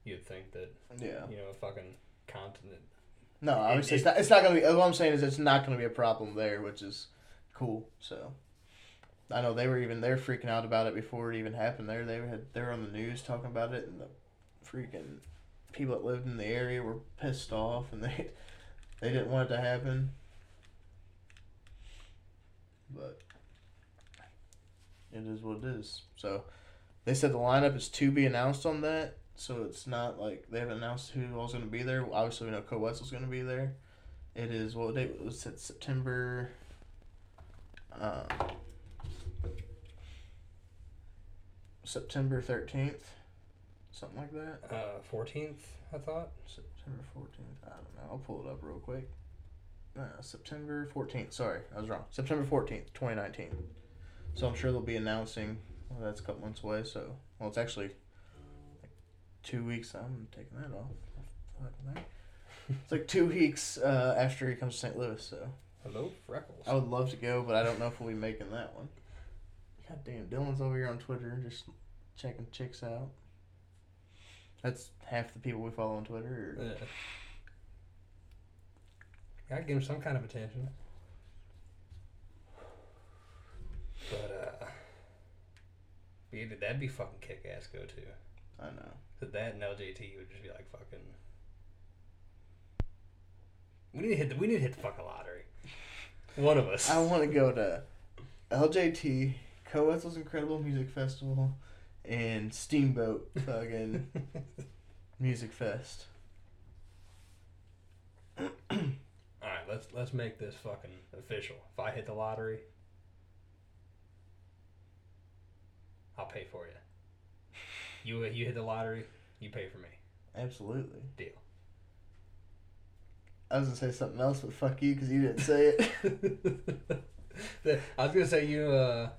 Speaker 1: you'd think that
Speaker 2: Yeah.
Speaker 1: you know a fucking continent.
Speaker 2: No, obviously
Speaker 1: it-
Speaker 2: it's not. It's not gonna be. What I'm saying is it's not gonna be a problem there, which is cool. So. I know they were even they're freaking out about it before it even happened. There, they had they were on the news talking about it, and the freaking people that lived in the area were pissed off, and [laughs] they they didn't want it to happen. But it is what it is. So they said the lineup is to be announced on that, so it's not like they haven't announced who all's going to be there. Obviously, we know Kowetzel's going to be there. It is what date was it? September. Um, September thirteenth, something like that.
Speaker 1: Uh, 14th, I thought.
Speaker 2: September 14th. I don't know. I'll pull it up real quick. Uh, September 14th. Sorry, I was wrong. September 14th, 2019. So I'm sure they'll be announcing. Well, that's a couple months away. So, well, it's actually like two weeks. I'm taking that off. Fucking that. It's like two weeks uh, after he comes to St. Louis. So
Speaker 1: Hello, Freckles.
Speaker 2: I would love to go, but I don't know if we'll be making that one. God damn, Dylan's over here on Twitter just checking chicks out. That's half the people we follow on Twitter. Or
Speaker 1: Yeah. Gotta give him some kind of attention. But uh yeah, dude, that'd be fucking kick ass go to.
Speaker 2: I know.
Speaker 1: Cause that and LJT would just be like fucking We need to hit the we need to hit the fucking lottery. One of us.
Speaker 2: I want to go to LJT, Coetzel's Incredible Music Festival, and Steamboat fucking
Speaker 1: [laughs]
Speaker 2: Music Fest.
Speaker 1: Alright, let's let's make this fucking official. If I hit the lottery I'll pay for you. You you hit the lottery, you pay for me.
Speaker 2: Absolutely.
Speaker 1: Deal. [laughs]
Speaker 2: I was gonna say something else, but fuck you because you didn't
Speaker 1: [laughs]
Speaker 2: say it.
Speaker 1: The- I was gonna say you uh,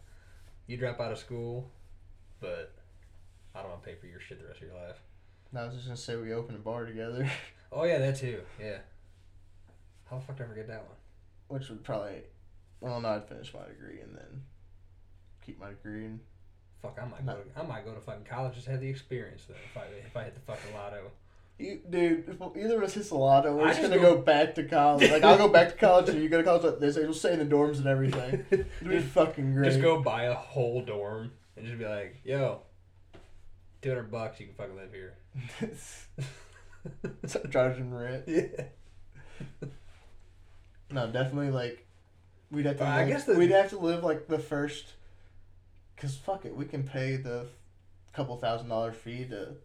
Speaker 1: you drop out of school, but I don't want to pay for your shit the rest of your life.
Speaker 2: No, I was just gonna say we opened a bar together, [laughs]
Speaker 1: Oh yeah, that too. Yeah. How the fuck did I forget that one?
Speaker 2: which would probably. Well, no, I'd finish my degree and then keep my degree. And
Speaker 1: Fuck, I might go. To, I might go to fucking college just have the experience though. If I if I hit the fucking lotto.
Speaker 2: you, dude, if either of us hits a lotto, we're
Speaker 1: I
Speaker 2: just
Speaker 1: just
Speaker 2: gonna go,
Speaker 1: go-
Speaker 2: back to college. Like I'll go back to college, and you go to college. Like, they say we'll stay in the dorms
Speaker 1: [laughs]
Speaker 2: and everything. It'd be
Speaker 1: Just-
Speaker 2: fucking great.
Speaker 1: Just go buy a whole dorm and just be like, yo, two hundred bucks, you can fucking live here.
Speaker 2: [laughs] Stop charging rent.
Speaker 1: yeah.
Speaker 2: No, definitely like we'd have to.
Speaker 1: Uh, I
Speaker 2: live,
Speaker 1: guess the-
Speaker 2: we'd have to live like the first. Cause fuck it, we can pay the couple thousand dollar fee to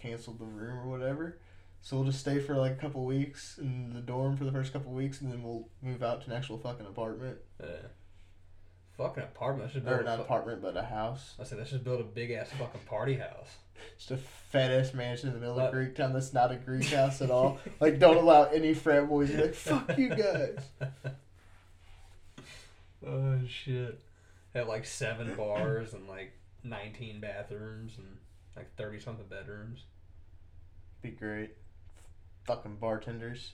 Speaker 2: cancel the room or whatever. So we'll just stay for like a couple weeks in the dorm for the first couple weeks, and then we'll move out to an actual fucking apartment
Speaker 1: Yeah. Fucking apartment. Let's just build
Speaker 2: or
Speaker 1: a
Speaker 2: not
Speaker 1: fu-
Speaker 2: apartment, but a house.
Speaker 1: I said, let's just build a big ass fucking party house.
Speaker 2: Just a fat ass mansion in the middle
Speaker 1: What?
Speaker 2: of Greek town that's not a Greek house at all. Like, don't allow any frat boys. You're Like, fuck you guys.
Speaker 1: Oh shit! Had like seven bars and like nineteen bathrooms and like thirty something bedrooms.
Speaker 2: Be great. Fucking bartenders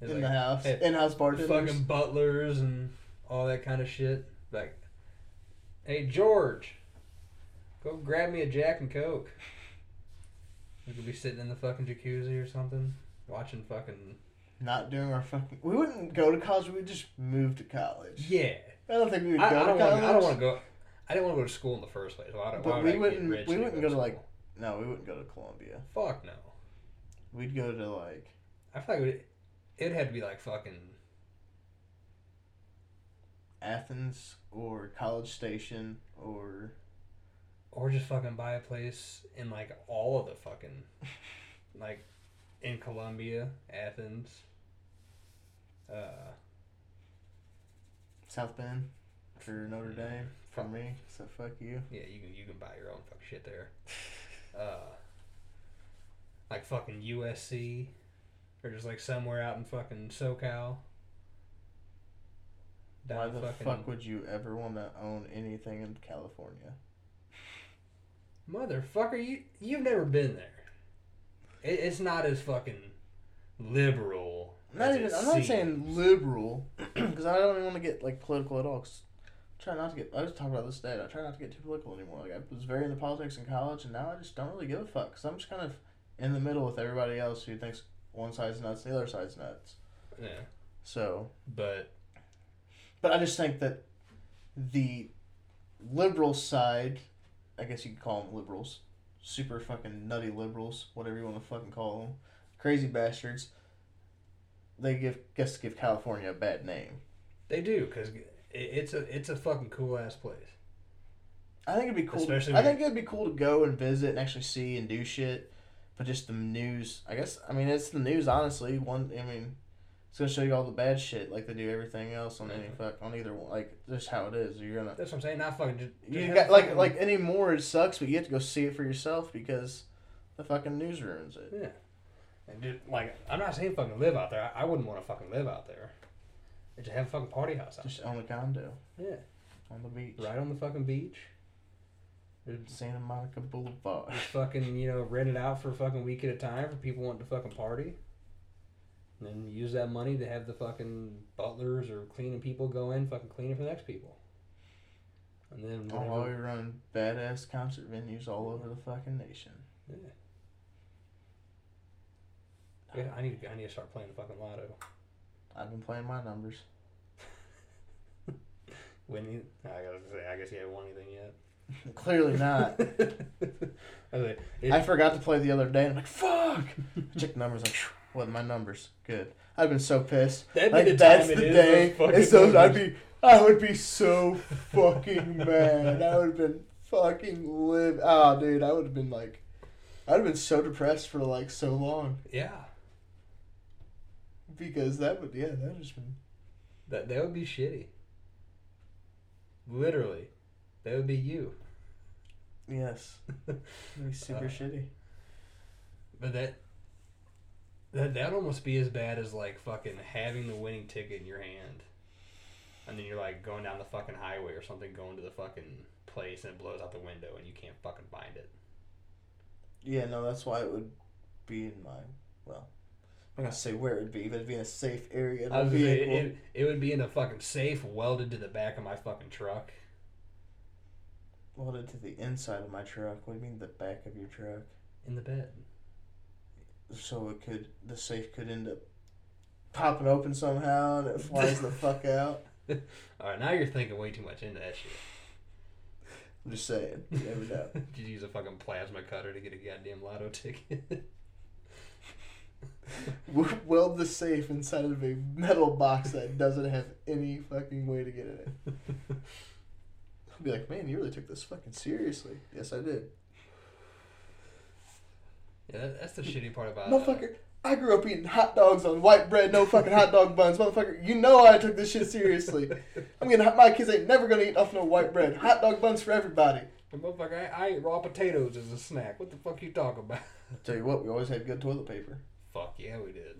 Speaker 1: There's,
Speaker 2: in
Speaker 1: like,
Speaker 2: the house.
Speaker 1: hey,
Speaker 2: In-house bartenders.
Speaker 1: fucking butlers and all that kind of shit. Like, hey George, go grab me a Jack and
Speaker 2: [laughs]
Speaker 1: Coke. We could be sitting in the fucking jacuzzi or something, watching fucking
Speaker 2: Not doing our fucking. We wouldn't go to college. We'd just move to college.
Speaker 1: yeah.
Speaker 2: I don't think we would
Speaker 1: I, I
Speaker 2: go to
Speaker 1: don't want.
Speaker 2: college.
Speaker 1: I don't want to go. I didn't want to go to school in the first place. Why,
Speaker 2: But
Speaker 1: why would
Speaker 2: we
Speaker 1: I get
Speaker 2: wouldn't-
Speaker 1: rich
Speaker 2: we
Speaker 1: and
Speaker 2: wouldn't go to, like-
Speaker 1: school?
Speaker 2: No, we wouldn't go to Columbia.
Speaker 1: Fuck no.
Speaker 2: We'd go to like.
Speaker 1: I feel like it would, it'd have to be like fucking
Speaker 2: Athens or College Station or
Speaker 1: Or just fucking buy a place in like all of the fucking
Speaker 2: [laughs]
Speaker 1: like in Colombia, Athens, uh
Speaker 2: South Bend or Notre Dame for
Speaker 1: Fuck.
Speaker 2: me. So fuck you.
Speaker 1: Yeah, you can you can buy your own fuck shit
Speaker 2: [laughs]
Speaker 1: there. Uh, like fucking USC, or just like somewhere out in fucking SoCal.
Speaker 2: Why
Speaker 1: Down
Speaker 2: the
Speaker 1: fucking
Speaker 2: fuck would you ever want to own anything in California?
Speaker 1: motherfucker, you you've never been there. It, it's not as fucking liberal.
Speaker 2: Not
Speaker 1: as
Speaker 2: even.
Speaker 1: it
Speaker 2: I'm not
Speaker 1: seems.
Speaker 2: saying liberal, [clears throat] because I don't even want to get like political at all. 'cause I try not to get. I was talking about this today. and I try not to get too political anymore. Like I was very into politics in college, and now I just don't really give a fuck. Because I'm just kind of in the middle with everybody else who thinks one side's nuts, and the other side's nuts.
Speaker 1: Yeah,
Speaker 2: So,
Speaker 1: but
Speaker 2: but I just think that the liberal side, I guess you could call them liberals, super fucking nutty liberals, whatever you want to fucking call them, crazy bastards. They give guess give California a bad name.
Speaker 1: they do because it, it's a it's a fucking cool ass place.
Speaker 2: I think it'd be cool.
Speaker 1: Especially
Speaker 2: I
Speaker 1: when-
Speaker 2: think it'd be cool to go and visit and actually see and do shit. But just the news, I guess. I mean, it's the news. Honestly, one. I mean, it's gonna show you all the bad shit, like they do everything else on any
Speaker 1: Yeah.
Speaker 2: fuck on either one. Like just how it is. You're gonna.
Speaker 1: That's what I'm saying. Not fucking. Just, just
Speaker 2: You
Speaker 1: have
Speaker 2: got like
Speaker 1: fucking-
Speaker 2: like anymore. It sucks, but you have to go see it for yourself because the fucking news ruins it.
Speaker 1: Yeah. And dude, like, I'm not saying fucking live out there. I, I wouldn't want to fucking live out there. But just have a fucking party house out
Speaker 2: Just own a condo
Speaker 1: there.
Speaker 2: on the beach,
Speaker 1: Yeah. Right on the fucking beach. Just
Speaker 2: Santa Monica Boulevard. [laughs]
Speaker 1: just fucking, you know, rent it out for a fucking week at a time for people wanting to fucking party. And then use that money to have the fucking butlers or cleaning people go in, fucking cleaning for the next people. And then
Speaker 2: Oh,
Speaker 1: whenever-
Speaker 2: we run badass concert venues all over the fucking nation.
Speaker 1: Yeah. Yeah, I need, I need to start playing the fucking lotto.
Speaker 2: I've been playing my numbers.
Speaker 1: Winning, I gotta say, I guess you haven't won anything yet.
Speaker 2: [laughs] Clearly not. [laughs]
Speaker 1: I was like, it-
Speaker 2: I forgot to play the other day. and I'm like, [laughs] fuck. I checked the numbers. Like, phew, what my numbers? Good. I've been so pissed.
Speaker 1: that'd be
Speaker 2: Like
Speaker 1: the
Speaker 2: that's
Speaker 1: time
Speaker 2: the
Speaker 1: it is
Speaker 2: day.
Speaker 1: those fucking
Speaker 2: And so I'd
Speaker 1: numbers.
Speaker 2: be, I would be so fucking mad. I would have been fucking live. Oh, dude, I would have been like, I'd have been so depressed for like so long
Speaker 1: yeah,
Speaker 2: because that would, yeah, that would just been.
Speaker 1: that that would be shitty. Literally, that would be you.
Speaker 2: [laughs] Yes. It'd be super
Speaker 1: Uh,
Speaker 2: shitty.
Speaker 1: But that that that'd almost be as bad as like fucking having the winning ticket in your hand, and then you're like going down the fucking highway or something, going to the fucking place, and it blows out the window, and you can't fucking find it.
Speaker 2: Yeah, no, that's why it would be in my. Well, I'm not gonna say where it would be, but it'd be in a safe area. in
Speaker 1: I
Speaker 2: a
Speaker 1: was gonna say, it,
Speaker 2: vehicle.
Speaker 1: it, it would be in a fucking safe welded to the back of my fucking truck.
Speaker 2: welded to the inside of my truck. What do you mean the back of your truck?
Speaker 1: In the bed.
Speaker 2: So it could the safe could end up popping open somehow and it flies the fuck out.
Speaker 1: Alright, now you're thinking way too much into that shit. [laughs]
Speaker 2: I'm just saying. You never know.
Speaker 1: Did you use a fucking plasma cutter to get a goddamn lotto [laughs] ticket?
Speaker 2: W- Weld the safe inside of a metal box that doesn't have any fucking way to get in it. I'll be like, man, you really took this fucking seriously. Yes, I did.
Speaker 1: yeah, that, that's the shitty part about Uh,
Speaker 2: Motherfucker, I grew up eating hot dogs on white bread, no fucking hot dog buns. Motherfucker, you know I took this shit seriously. I'm gonna, my kids ain't never gonna eat off no white bread. Hot dog buns for everybody.
Speaker 1: motherfucker, I, I ate raw potatoes as a snack. What the fuck you talking about? [laughs]
Speaker 2: Tell you what, we always had good toilet paper.
Speaker 1: Fuck yeah, we did.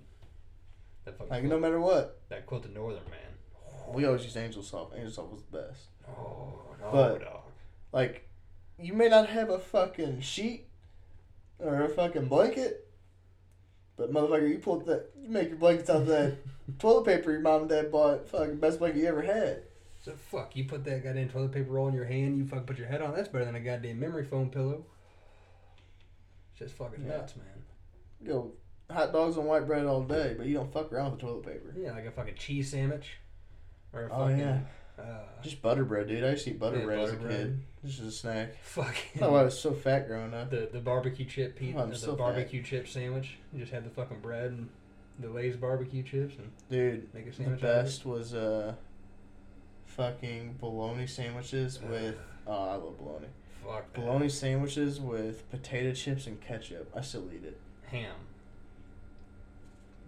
Speaker 1: That fucking
Speaker 2: Like
Speaker 1: quilt,
Speaker 2: no matter what,
Speaker 1: that quilted northern man.
Speaker 2: we always used angel salt. Angel salt was the best.
Speaker 1: Oh no,
Speaker 2: But-
Speaker 1: dog.
Speaker 2: Like, you may not have a fucking sheet or a fucking blanket, but motherfucker, you pulled that, you make your blankets out of [laughs] that toilet paper your mom and dad bought. Fucking best blanket you ever had.
Speaker 1: So fuck, you put that goddamn toilet paper roll in your hand, you fucking put your head on. That's better than a goddamn memory foam pillow. Just fucking
Speaker 2: Yeah.
Speaker 1: nuts, man.
Speaker 2: You know, hot dogs and white bread all day, but you don't fuck around with the toilet paper.
Speaker 1: Yeah, like a fucking cheese sandwich, or a
Speaker 2: Oh,
Speaker 1: fucking
Speaker 2: yeah.
Speaker 1: uh, [laughs]
Speaker 2: Just butter bread, dude. I used to eat butter
Speaker 1: Yeah,
Speaker 2: bread as a
Speaker 1: butter
Speaker 2: kid. This is a snack. I
Speaker 1: fucking.
Speaker 2: thought I was so fat growing up.
Speaker 1: The the barbecue chip
Speaker 2: Oh,
Speaker 1: pizza,
Speaker 2: I'm
Speaker 1: the
Speaker 2: so
Speaker 1: barbecue chip sandwich. You just have the fucking bread and the Lay's barbecue chips and
Speaker 2: Dude,
Speaker 1: make a
Speaker 2: the
Speaker 1: sandwich. out of it.
Speaker 2: best was uh, fucking bologna sandwiches with. Oh, I love bologna.
Speaker 1: Fuck that.
Speaker 2: Bologna sandwiches with potato chips and ketchup. I still eat it.
Speaker 1: Ham.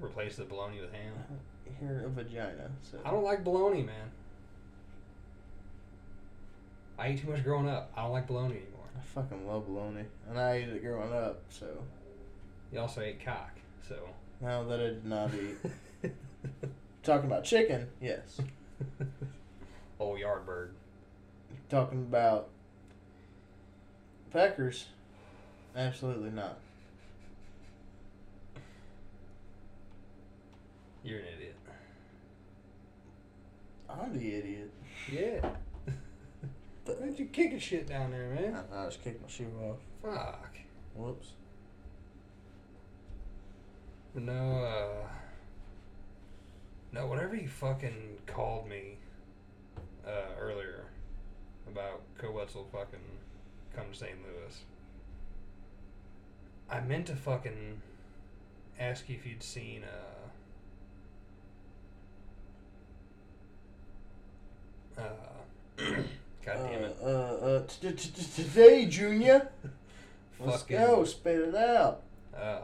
Speaker 1: Replace the bologna with ham.
Speaker 2: Uh-huh. Here, a vagina. So
Speaker 1: I don't like bologna, man. I ate too much growing up. I don't like bologna anymore.
Speaker 2: I fucking love bologna, and I ate it growing up. So
Speaker 1: You also ate cock, so.
Speaker 2: no, that I did not eat. Talking about chicken, yes.
Speaker 1: [laughs] Old yard bird.
Speaker 2: Talking about peckers, absolutely not.
Speaker 1: You're an idiot.
Speaker 2: I'm the idiot.
Speaker 1: Yeah. Why did you kick a shit down there, man?
Speaker 2: I, I just kicked my shoe off.
Speaker 1: Fuck.
Speaker 2: Whoops.
Speaker 1: No, uh. No, whatever you fucking called me uh, earlier about Coetzel fucking come to St. Louis, I meant to fucking ask you if you'd seen, uh. Uh. [coughs] God damn it.
Speaker 2: Uh, uh, uh, t- t- t- today, Junior. Uh, Let's
Speaker 1: Fucking,
Speaker 2: go. Spit it out.
Speaker 1: Uh,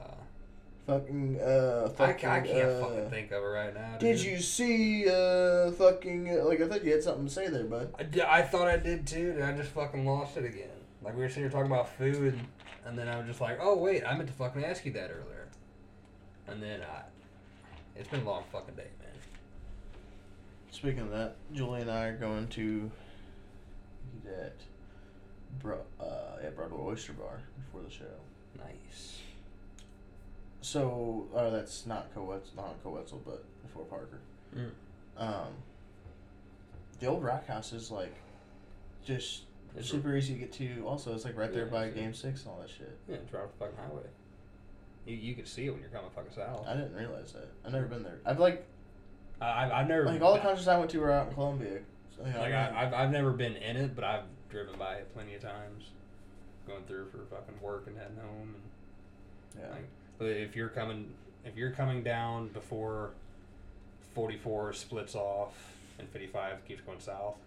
Speaker 2: Fucking, uh,
Speaker 1: I,
Speaker 2: fucking,
Speaker 1: I can't
Speaker 2: uh,
Speaker 1: fucking think of it right now.
Speaker 2: Did
Speaker 1: dude.
Speaker 2: you see, uh, fucking, uh, like, I thought you had something to say there, bud.
Speaker 1: I, d- I thought I did too, and I just fucking lost it again. Like we were sitting here talking about food, and, and then I was just like, "Oh wait, I meant to fucking ask you that earlier." And then I, it's been a long fucking day, man.
Speaker 2: Speaking of that, Julie and I are going to eat at, Bro- uh, at Broadway Oyster Bar before the show.
Speaker 1: Nice.
Speaker 2: So, uh, that's not Coetzel, not Coetzel, but before Parker.
Speaker 1: Mm.
Speaker 2: Um, the old Rock House is, like, just
Speaker 1: It's
Speaker 2: super easy to get to. Also, it's, like, right there
Speaker 1: Yeah,
Speaker 2: by
Speaker 1: it's-
Speaker 2: Game 6 and all that shit.
Speaker 1: Yeah, it's right off the fucking highway. You you can see it when you're coming fucking south.
Speaker 2: I didn't realize that. I've never been there. I've, like,
Speaker 1: I, I've, I've never
Speaker 2: like all the concerts I went to were out in Columbia. So, you know,
Speaker 1: like I, I've I've never been in it, but I've driven by it plenty of times, going through for fucking work and heading home and.
Speaker 2: yeah.
Speaker 1: But if you're coming, if you're coming down before 44 splits off and 55 keeps going south,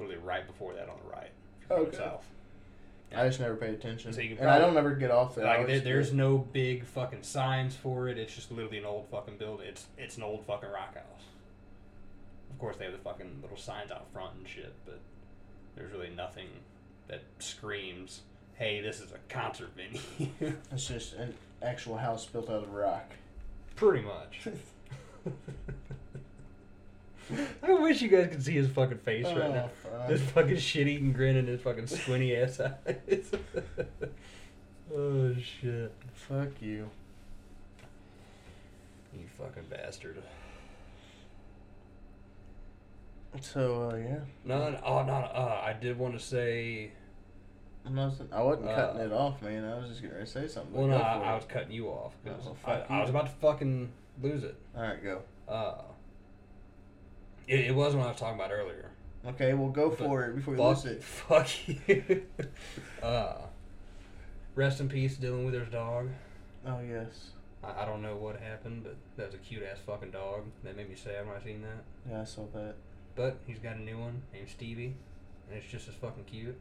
Speaker 1: literally right before that on the right, if you're going
Speaker 2: Okay.
Speaker 1: south.
Speaker 2: I just never paid attention,
Speaker 1: So you can
Speaker 2: and I
Speaker 1: probably-
Speaker 2: don't ever get off there. I
Speaker 1: like there,
Speaker 2: always
Speaker 1: there's
Speaker 2: get-
Speaker 1: no big fucking signs for it. It's just literally an old fucking building. It's it's an old fucking rock house. Of course they have the fucking little signs out front and shit, but there's really nothing that screams, "Hey, this is a concert venue." [laughs]
Speaker 2: It's just an actual house built out of rock.
Speaker 1: Pretty much. [laughs] I wish you guys could see his fucking face right now.
Speaker 2: Oh,
Speaker 1: This
Speaker 2: fuck.
Speaker 1: fucking shit-eating grin and his fucking squinty ass eyes. [laughs] oh shit!
Speaker 2: Fuck you.
Speaker 1: You fucking bastard.
Speaker 2: So uh, yeah,
Speaker 1: No, no, oh, no, no, uh, I did want to say.
Speaker 2: I'm not, I wasn't
Speaker 1: Uh,
Speaker 2: cutting it off, man. I was just getting ready to say something. but
Speaker 1: Well, no,
Speaker 2: go
Speaker 1: I,
Speaker 2: for
Speaker 1: I
Speaker 2: it.
Speaker 1: was cutting you off 'cause
Speaker 2: Oh, fuck
Speaker 1: I, I was
Speaker 2: you.
Speaker 1: about to fucking lose it.
Speaker 2: All right, go.
Speaker 1: Uh, it, it was when I was talking about earlier.
Speaker 2: Okay, well, go
Speaker 1: But
Speaker 2: for it before you
Speaker 1: Fuck,
Speaker 2: lose
Speaker 1: [laughs]
Speaker 2: it.
Speaker 1: fuck you. [laughs] uh, rest in peace, Dylan Withers' dog.
Speaker 2: Oh yes,
Speaker 1: I, I don't know what happened, but that was a cute ass fucking dog. That made me sad when I seen that.
Speaker 2: yeah, I saw that.
Speaker 1: But he's got a new one named Stevie, and it's just as fucking cute.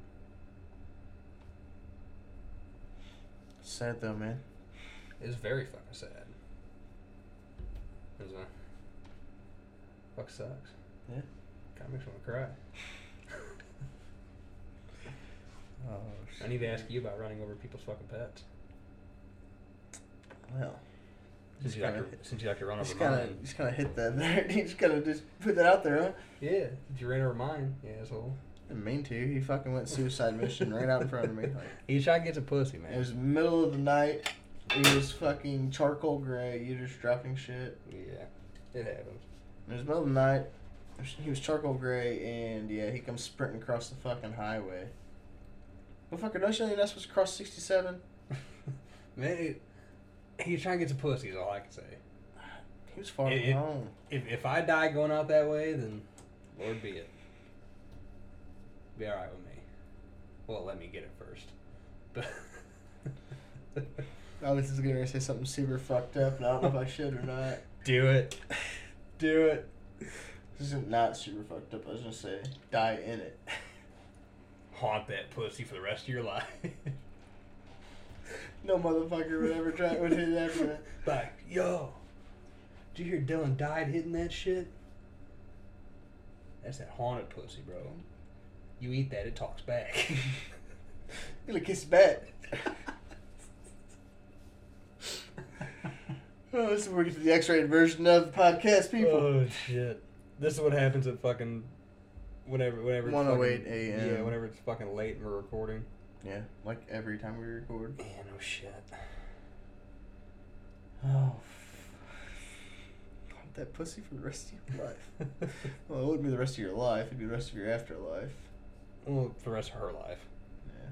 Speaker 2: Sad though, man.
Speaker 1: It's very fucking sad. It's a fuck sucks.
Speaker 2: Yeah.
Speaker 1: Kind of makes me want to cry. [laughs]
Speaker 2: Oh,
Speaker 1: I need to ask you about running over people's fucking pets.
Speaker 2: Well,
Speaker 1: Since you like to, since you like to run over
Speaker 2: just kind
Speaker 1: mine.
Speaker 2: of, just kind of hit that there. [laughs] You just kind of just put that out there, huh?
Speaker 1: Yeah, if you ran over mine, you asshole.
Speaker 2: Didn't mean to. He fucking went suicide mission right out in front of
Speaker 1: [laughs]
Speaker 2: me. Like,
Speaker 1: He tried to get some pussy,
Speaker 2: it was middle of the night. It was fucking charcoal gray. You just dropping shit.
Speaker 1: yeah, it happens. [laughs]
Speaker 2: It was middle of the night. He was charcoal gray, and yeah, he comes sprinting across the fucking highway. Well, fucking, don't you know you're not supposed to cross 67?
Speaker 1: Man, it, he trying to get some pussy is all I can say.
Speaker 2: He was far
Speaker 1: It-
Speaker 2: from
Speaker 1: it-
Speaker 2: home.
Speaker 1: If, if I die going out that way, then Lord be it. Be all right with me. Well, let me get it first. [laughs] But
Speaker 2: I was just gonna say [laughs] something super fucked up, and I don't know if I should or not.
Speaker 1: do it, do it.
Speaker 2: This is not super fucked up. I was gonna say, die in it. [laughs]
Speaker 1: Haunt that pussy for the rest of your life. [laughs]
Speaker 2: No motherfucker would ever try would hit it after that.
Speaker 1: Like, yo, did you hear Dylan died hitting that shit? That's that haunted pussy, bro. You eat that, it talks back.
Speaker 2: Gonna kiss back. oh, this is where we get to the X-rated version of the podcast, [laughs] people.
Speaker 1: Oh shit! This is what happens at fucking whenever whenever it's fucking-
Speaker 2: 1:08 a.m..
Speaker 1: Yeah, whenever it's fucking late and we're recording.
Speaker 2: yeah, like every time we record.
Speaker 1: Yeah, no shit.
Speaker 2: Oh. Pump that pussy for the rest of your life. well, it wouldn't be the rest of your life. It'd be the rest of your afterlife.
Speaker 1: [laughs] well, for the rest of her life.
Speaker 2: Yeah.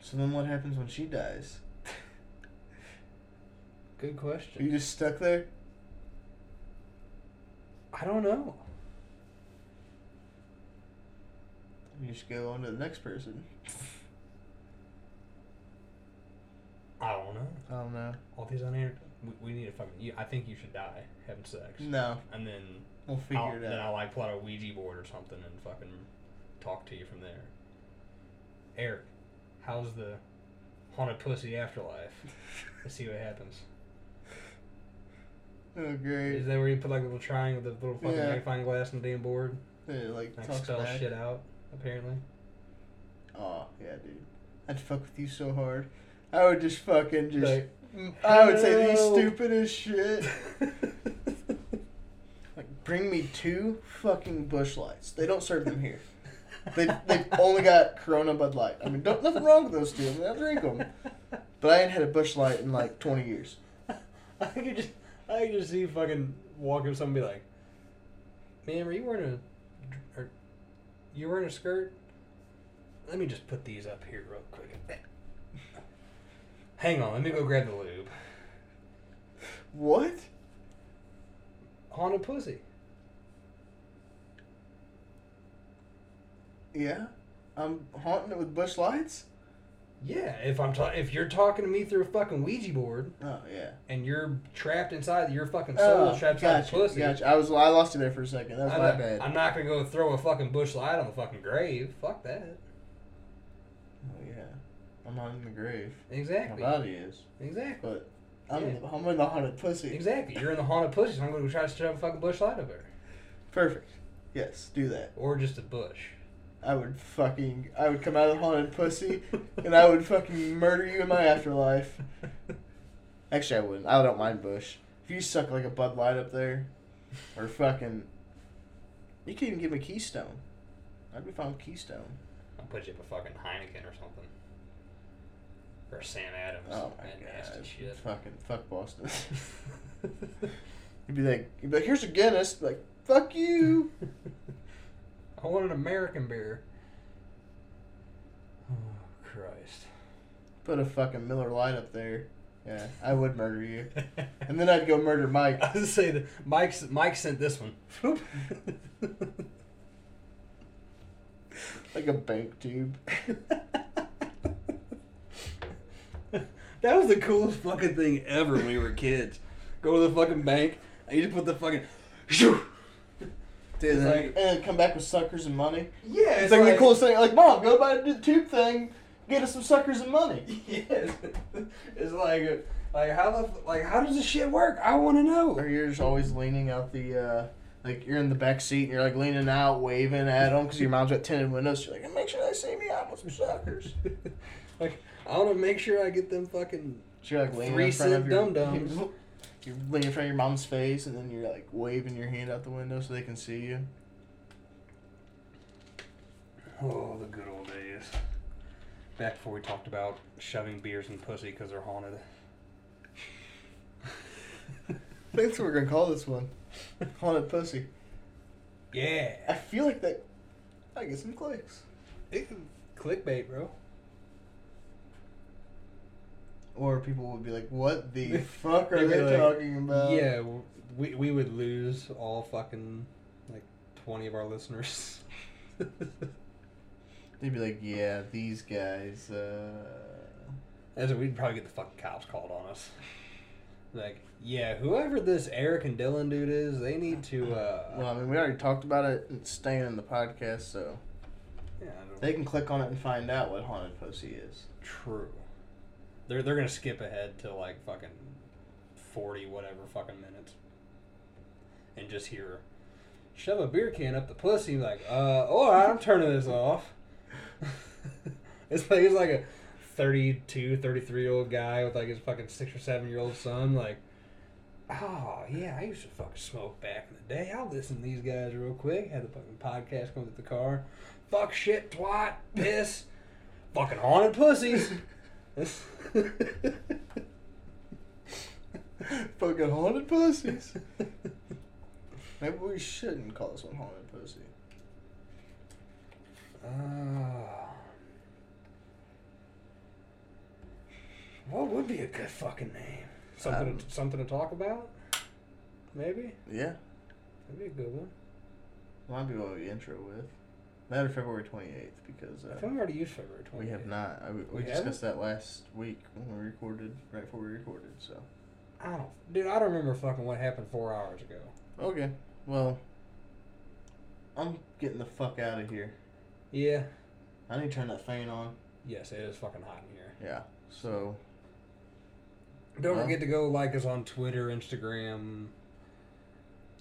Speaker 2: So then, what happens when she dies?
Speaker 1: Good
Speaker 2: Are you
Speaker 1: question.
Speaker 2: just stuck there?
Speaker 1: I don't know.
Speaker 2: You just go on to the next person.
Speaker 1: I don't know.
Speaker 2: I don't know.
Speaker 1: All these unanswered. We, we need to fucking. You, I think you should die having sex,
Speaker 2: No,
Speaker 1: and then
Speaker 2: we'll figure
Speaker 1: I'll,
Speaker 2: it
Speaker 1: then
Speaker 2: out.
Speaker 1: I'll like pull out a Ouija board or something and fucking talk to you from there. Eric, how's the haunted pussy afterlife? Let's see what happens.
Speaker 2: [laughs] Oh, great.
Speaker 1: Is that where you put like a little triangle, the little fucking
Speaker 2: Yeah.
Speaker 1: magnifying glass on the damn board,
Speaker 2: It, like
Speaker 1: and like
Speaker 2: talks
Speaker 1: spell
Speaker 2: back.
Speaker 1: shit out? Apparently.
Speaker 2: Oh yeah, dude. I'd fuck with you so hard. I would just fucking just.
Speaker 1: Like,
Speaker 2: [laughs] I would say that he's
Speaker 1: "No."
Speaker 2: stupid as shit. Like, bring me two fucking bush lights. They don't serve them here. They they've only got Corona Bud Light. I mean, don't, nothing wrong with those two. I mean, I'll drink them.
Speaker 1: [laughs]
Speaker 2: But I ain't had a bush light in like twenty years.
Speaker 1: I could just, I could just see you fucking walk up to someone and be like, "Man, were you wearing a, or, you wearing a skirt? Let me just put these up here real quick. Hang on, let me go grab the lube.
Speaker 2: What?
Speaker 1: On a pussy.
Speaker 2: Yeah. I'm haunting it with bush lights.
Speaker 1: Yeah, if I'm ta- if you're talking to me through a fucking Ouija board
Speaker 2: Oh yeah.
Speaker 1: and you're trapped inside, your fucking soul is trapped inside
Speaker 2: Ah, Oh, gotcha,
Speaker 1: the pussy.
Speaker 2: gotcha. I was I lost you there for a second. That was
Speaker 1: I'm
Speaker 2: my
Speaker 1: not,
Speaker 2: bad.
Speaker 1: I'm not gonna go throw a fucking bush light on the fucking grave. Fuck that.
Speaker 2: Oh yeah. I'm not in the grave.
Speaker 1: Exactly.
Speaker 2: My body is,
Speaker 1: Exactly.
Speaker 2: but I'm, in the, I'm in the haunted pussy.
Speaker 1: Exactly. You're in the haunted pussy, so I'm gonna go try to shove a fucking bush light over there.
Speaker 2: Perfect. Yes, do that.
Speaker 1: Or just a bush.
Speaker 2: I would fucking I would come out of the haunted pussy and I would fucking murder you in my afterlife. Actually, I wouldn't. I don't mind Bush. If you suck like a Bud Light up there, or fucking, you could even give me Keystone. I'd be fine with Keystone.
Speaker 1: [laughs] I'll put you up a fucking Heineken or something. Or Sam Adams.
Speaker 2: Oh my
Speaker 1: that
Speaker 2: god,
Speaker 1: nasty shit.
Speaker 2: fucking fuck Boston. [laughs] you'd be like, you'd be like, here's a Guinness. Be like, fuck [laughs] you.
Speaker 1: [laughs] I want an American beer. Oh Christ.
Speaker 2: Put a fucking Miller Light up there. Yeah, I would murder you, and then I'd go murder
Speaker 1: [laughs]
Speaker 2: Mike.
Speaker 1: I was say that Mike's Mike sent this one. [laughs]
Speaker 2: like a bank [laughs] tube.
Speaker 1: [laughs] that was the coolest fucking thing ever when we were kids. Go to the fucking bank and you just put the fucking shoo.
Speaker 2: Dude,
Speaker 1: It's
Speaker 2: and,
Speaker 1: like-
Speaker 2: and then come back with suckers and money.
Speaker 1: Yeah,
Speaker 2: It's, like, the
Speaker 1: [laughs]
Speaker 2: coolest thing. Like, mom, go buy the tube thing, get us some suckers and money. [laughs]
Speaker 1: Yes, it's like like how the like how does this shit work? I want to
Speaker 2: Or
Speaker 1: know.
Speaker 2: you're just always leaning out the, uh, like you're in the back seat and you're like leaning out, waving at them because your mom's got tinted windows. You're like, make sure they see me. I want some suckers.
Speaker 1: [laughs] like I want to make sure I get them fucking
Speaker 2: So you're like leaning
Speaker 1: Three
Speaker 2: in front of
Speaker 1: cent
Speaker 2: your
Speaker 1: dum-dums.
Speaker 2: [laughs] You're leaning in front of your mom's face and then you're like waving your hand out the window so they can see you.
Speaker 1: Oh, the good old days. Back before we talked about shoving beers in pussy because they're haunted. [laughs]
Speaker 2: I think that's what we're gonna call
Speaker 1: [laughs]
Speaker 2: this one. Haunted pussy. I
Speaker 1: Yeah.
Speaker 2: feel like that. I get some clicks.
Speaker 1: Clickbait, bro.
Speaker 2: Or people would be like, "What the fuck are
Speaker 1: [laughs]
Speaker 2: they
Speaker 1: They'd be like,
Speaker 2: talking about?"
Speaker 1: yeah, w- we, we would lose all fucking, like, 20 of our listeners. [laughs]
Speaker 2: They'd be like, "Yeah, these guys." Uh...
Speaker 1: As in, we'd probably get the fucking cops called on us. Like, yeah, whoever this Eric and Dylan dude is, they need to. Uh,
Speaker 2: Well, I mean, we already talked about it. It's staying in the podcast, so
Speaker 1: yeah, I don't
Speaker 2: they can click on it and find out what haunted pussy is.
Speaker 1: True. They're they're gonna skip ahead to like fucking forty whatever fucking minutes, and just hear shove a beer can up the pussy like uh all right I'm turning this off. [laughs] it's like it's like a 32, 33 year old guy with like his fucking six or seven year old son like. Oh yeah, I used to fucking smoke back in the day. I'll listen to these guys real quick. Had the fucking podcast come to the car. Fuck shit, twat, piss, fucking haunted pussies. [laughs]
Speaker 2: [laughs] Fucking haunted pussies. Maybe we shouldn't call this one haunted pussy.
Speaker 1: Ah. what would be a good fucking name? Something
Speaker 2: Um,
Speaker 1: to, something to talk about? Maybe
Speaker 2: Yeah,
Speaker 1: that'd be a good one.
Speaker 2: might be what we intro with. That or February twenty eighth because
Speaker 1: I
Speaker 2: uh,
Speaker 1: think we already used February twenty.
Speaker 2: we have not. I, we
Speaker 1: We haven't?
Speaker 2: discussed that last week when we recorded, right before we recorded. So
Speaker 1: I don't, dude. I don't remember fucking what happened four hours ago.
Speaker 2: okay, well, I'm getting the fuck out of here.
Speaker 1: Yeah.
Speaker 2: I need to turn that fan on.
Speaker 1: Yes, it is fucking hot in here.
Speaker 2: Yeah. So
Speaker 1: Don't
Speaker 2: Well.
Speaker 1: forget to go like us on Twitter, Instagram.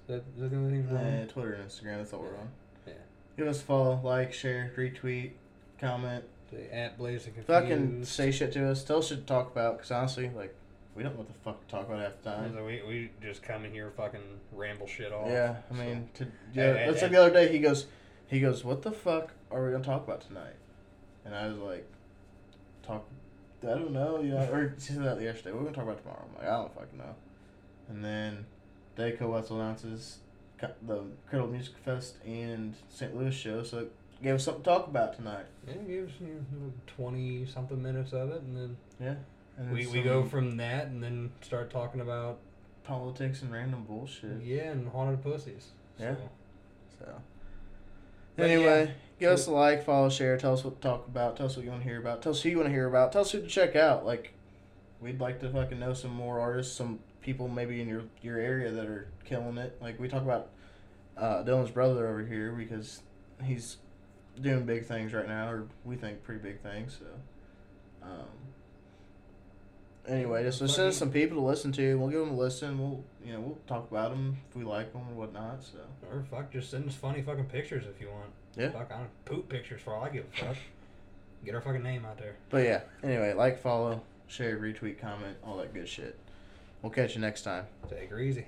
Speaker 1: That, is that the only thing?
Speaker 2: uh, Twitter and Instagram. That's all we're on.
Speaker 1: Yeah.
Speaker 2: Give us a follow, like, share, retweet, comment.
Speaker 1: The at Blazing
Speaker 2: Fucking
Speaker 1: Confused.
Speaker 2: say shit to us. Tell us shit to talk about. Cause honestly, like, we don't know what the fuck to talk about half the time.
Speaker 1: So we, we just come in here fucking ramble shit off.
Speaker 2: Yeah, I
Speaker 1: So-
Speaker 2: mean, to,
Speaker 1: Hey,
Speaker 2: yeah.
Speaker 1: hey,
Speaker 2: Let's say
Speaker 1: hey.
Speaker 2: the other day he goes, he goes, what the fuck are we gonna talk about tonight? And I was like, talk, I don't know, you know. Or she said that yesterday. We're gonna talk about tomorrow. I'm like, I don't fucking know. And then Dayco Wetzel announces co- the Criddle Music Fest and St. Louis show, so it gave us something to talk about tonight.
Speaker 1: yeah, give us you know, twenty something minutes of it, and then
Speaker 2: Yeah. And then
Speaker 1: we, we
Speaker 2: some
Speaker 1: go from that, and then start talking about
Speaker 2: politics and random bullshit.
Speaker 1: yeah, and haunted pussies.
Speaker 2: Yeah.
Speaker 1: So,
Speaker 2: So.
Speaker 1: But yeah,
Speaker 2: anyway, give us a
Speaker 1: so-
Speaker 2: like, follow, share, tell us what to talk about, tell us what you want to hear about, tell us who you want to hear about, tell us who to check out. Like, we'd like to fucking know some more artists, some people maybe in your your area that are killing it. Like we talk about uh, Dylan's brother over here because he's doing big things right now, or we think pretty big things. So. Um, Anyway, just send us some people to listen to. We'll give them a listen. We'll, you know, we'll talk about them if we like them or whatnot. So
Speaker 1: or fuck, just send us funny fucking pictures if you want.
Speaker 2: Yeah.
Speaker 1: Fuck, I don't poop pictures for all I give a
Speaker 2: [laughs]
Speaker 1: fuck. Get our fucking name out there.
Speaker 2: But yeah, anyway, like, follow, share, retweet, comment, all that good shit. We'll catch you next time.
Speaker 1: Take her easy.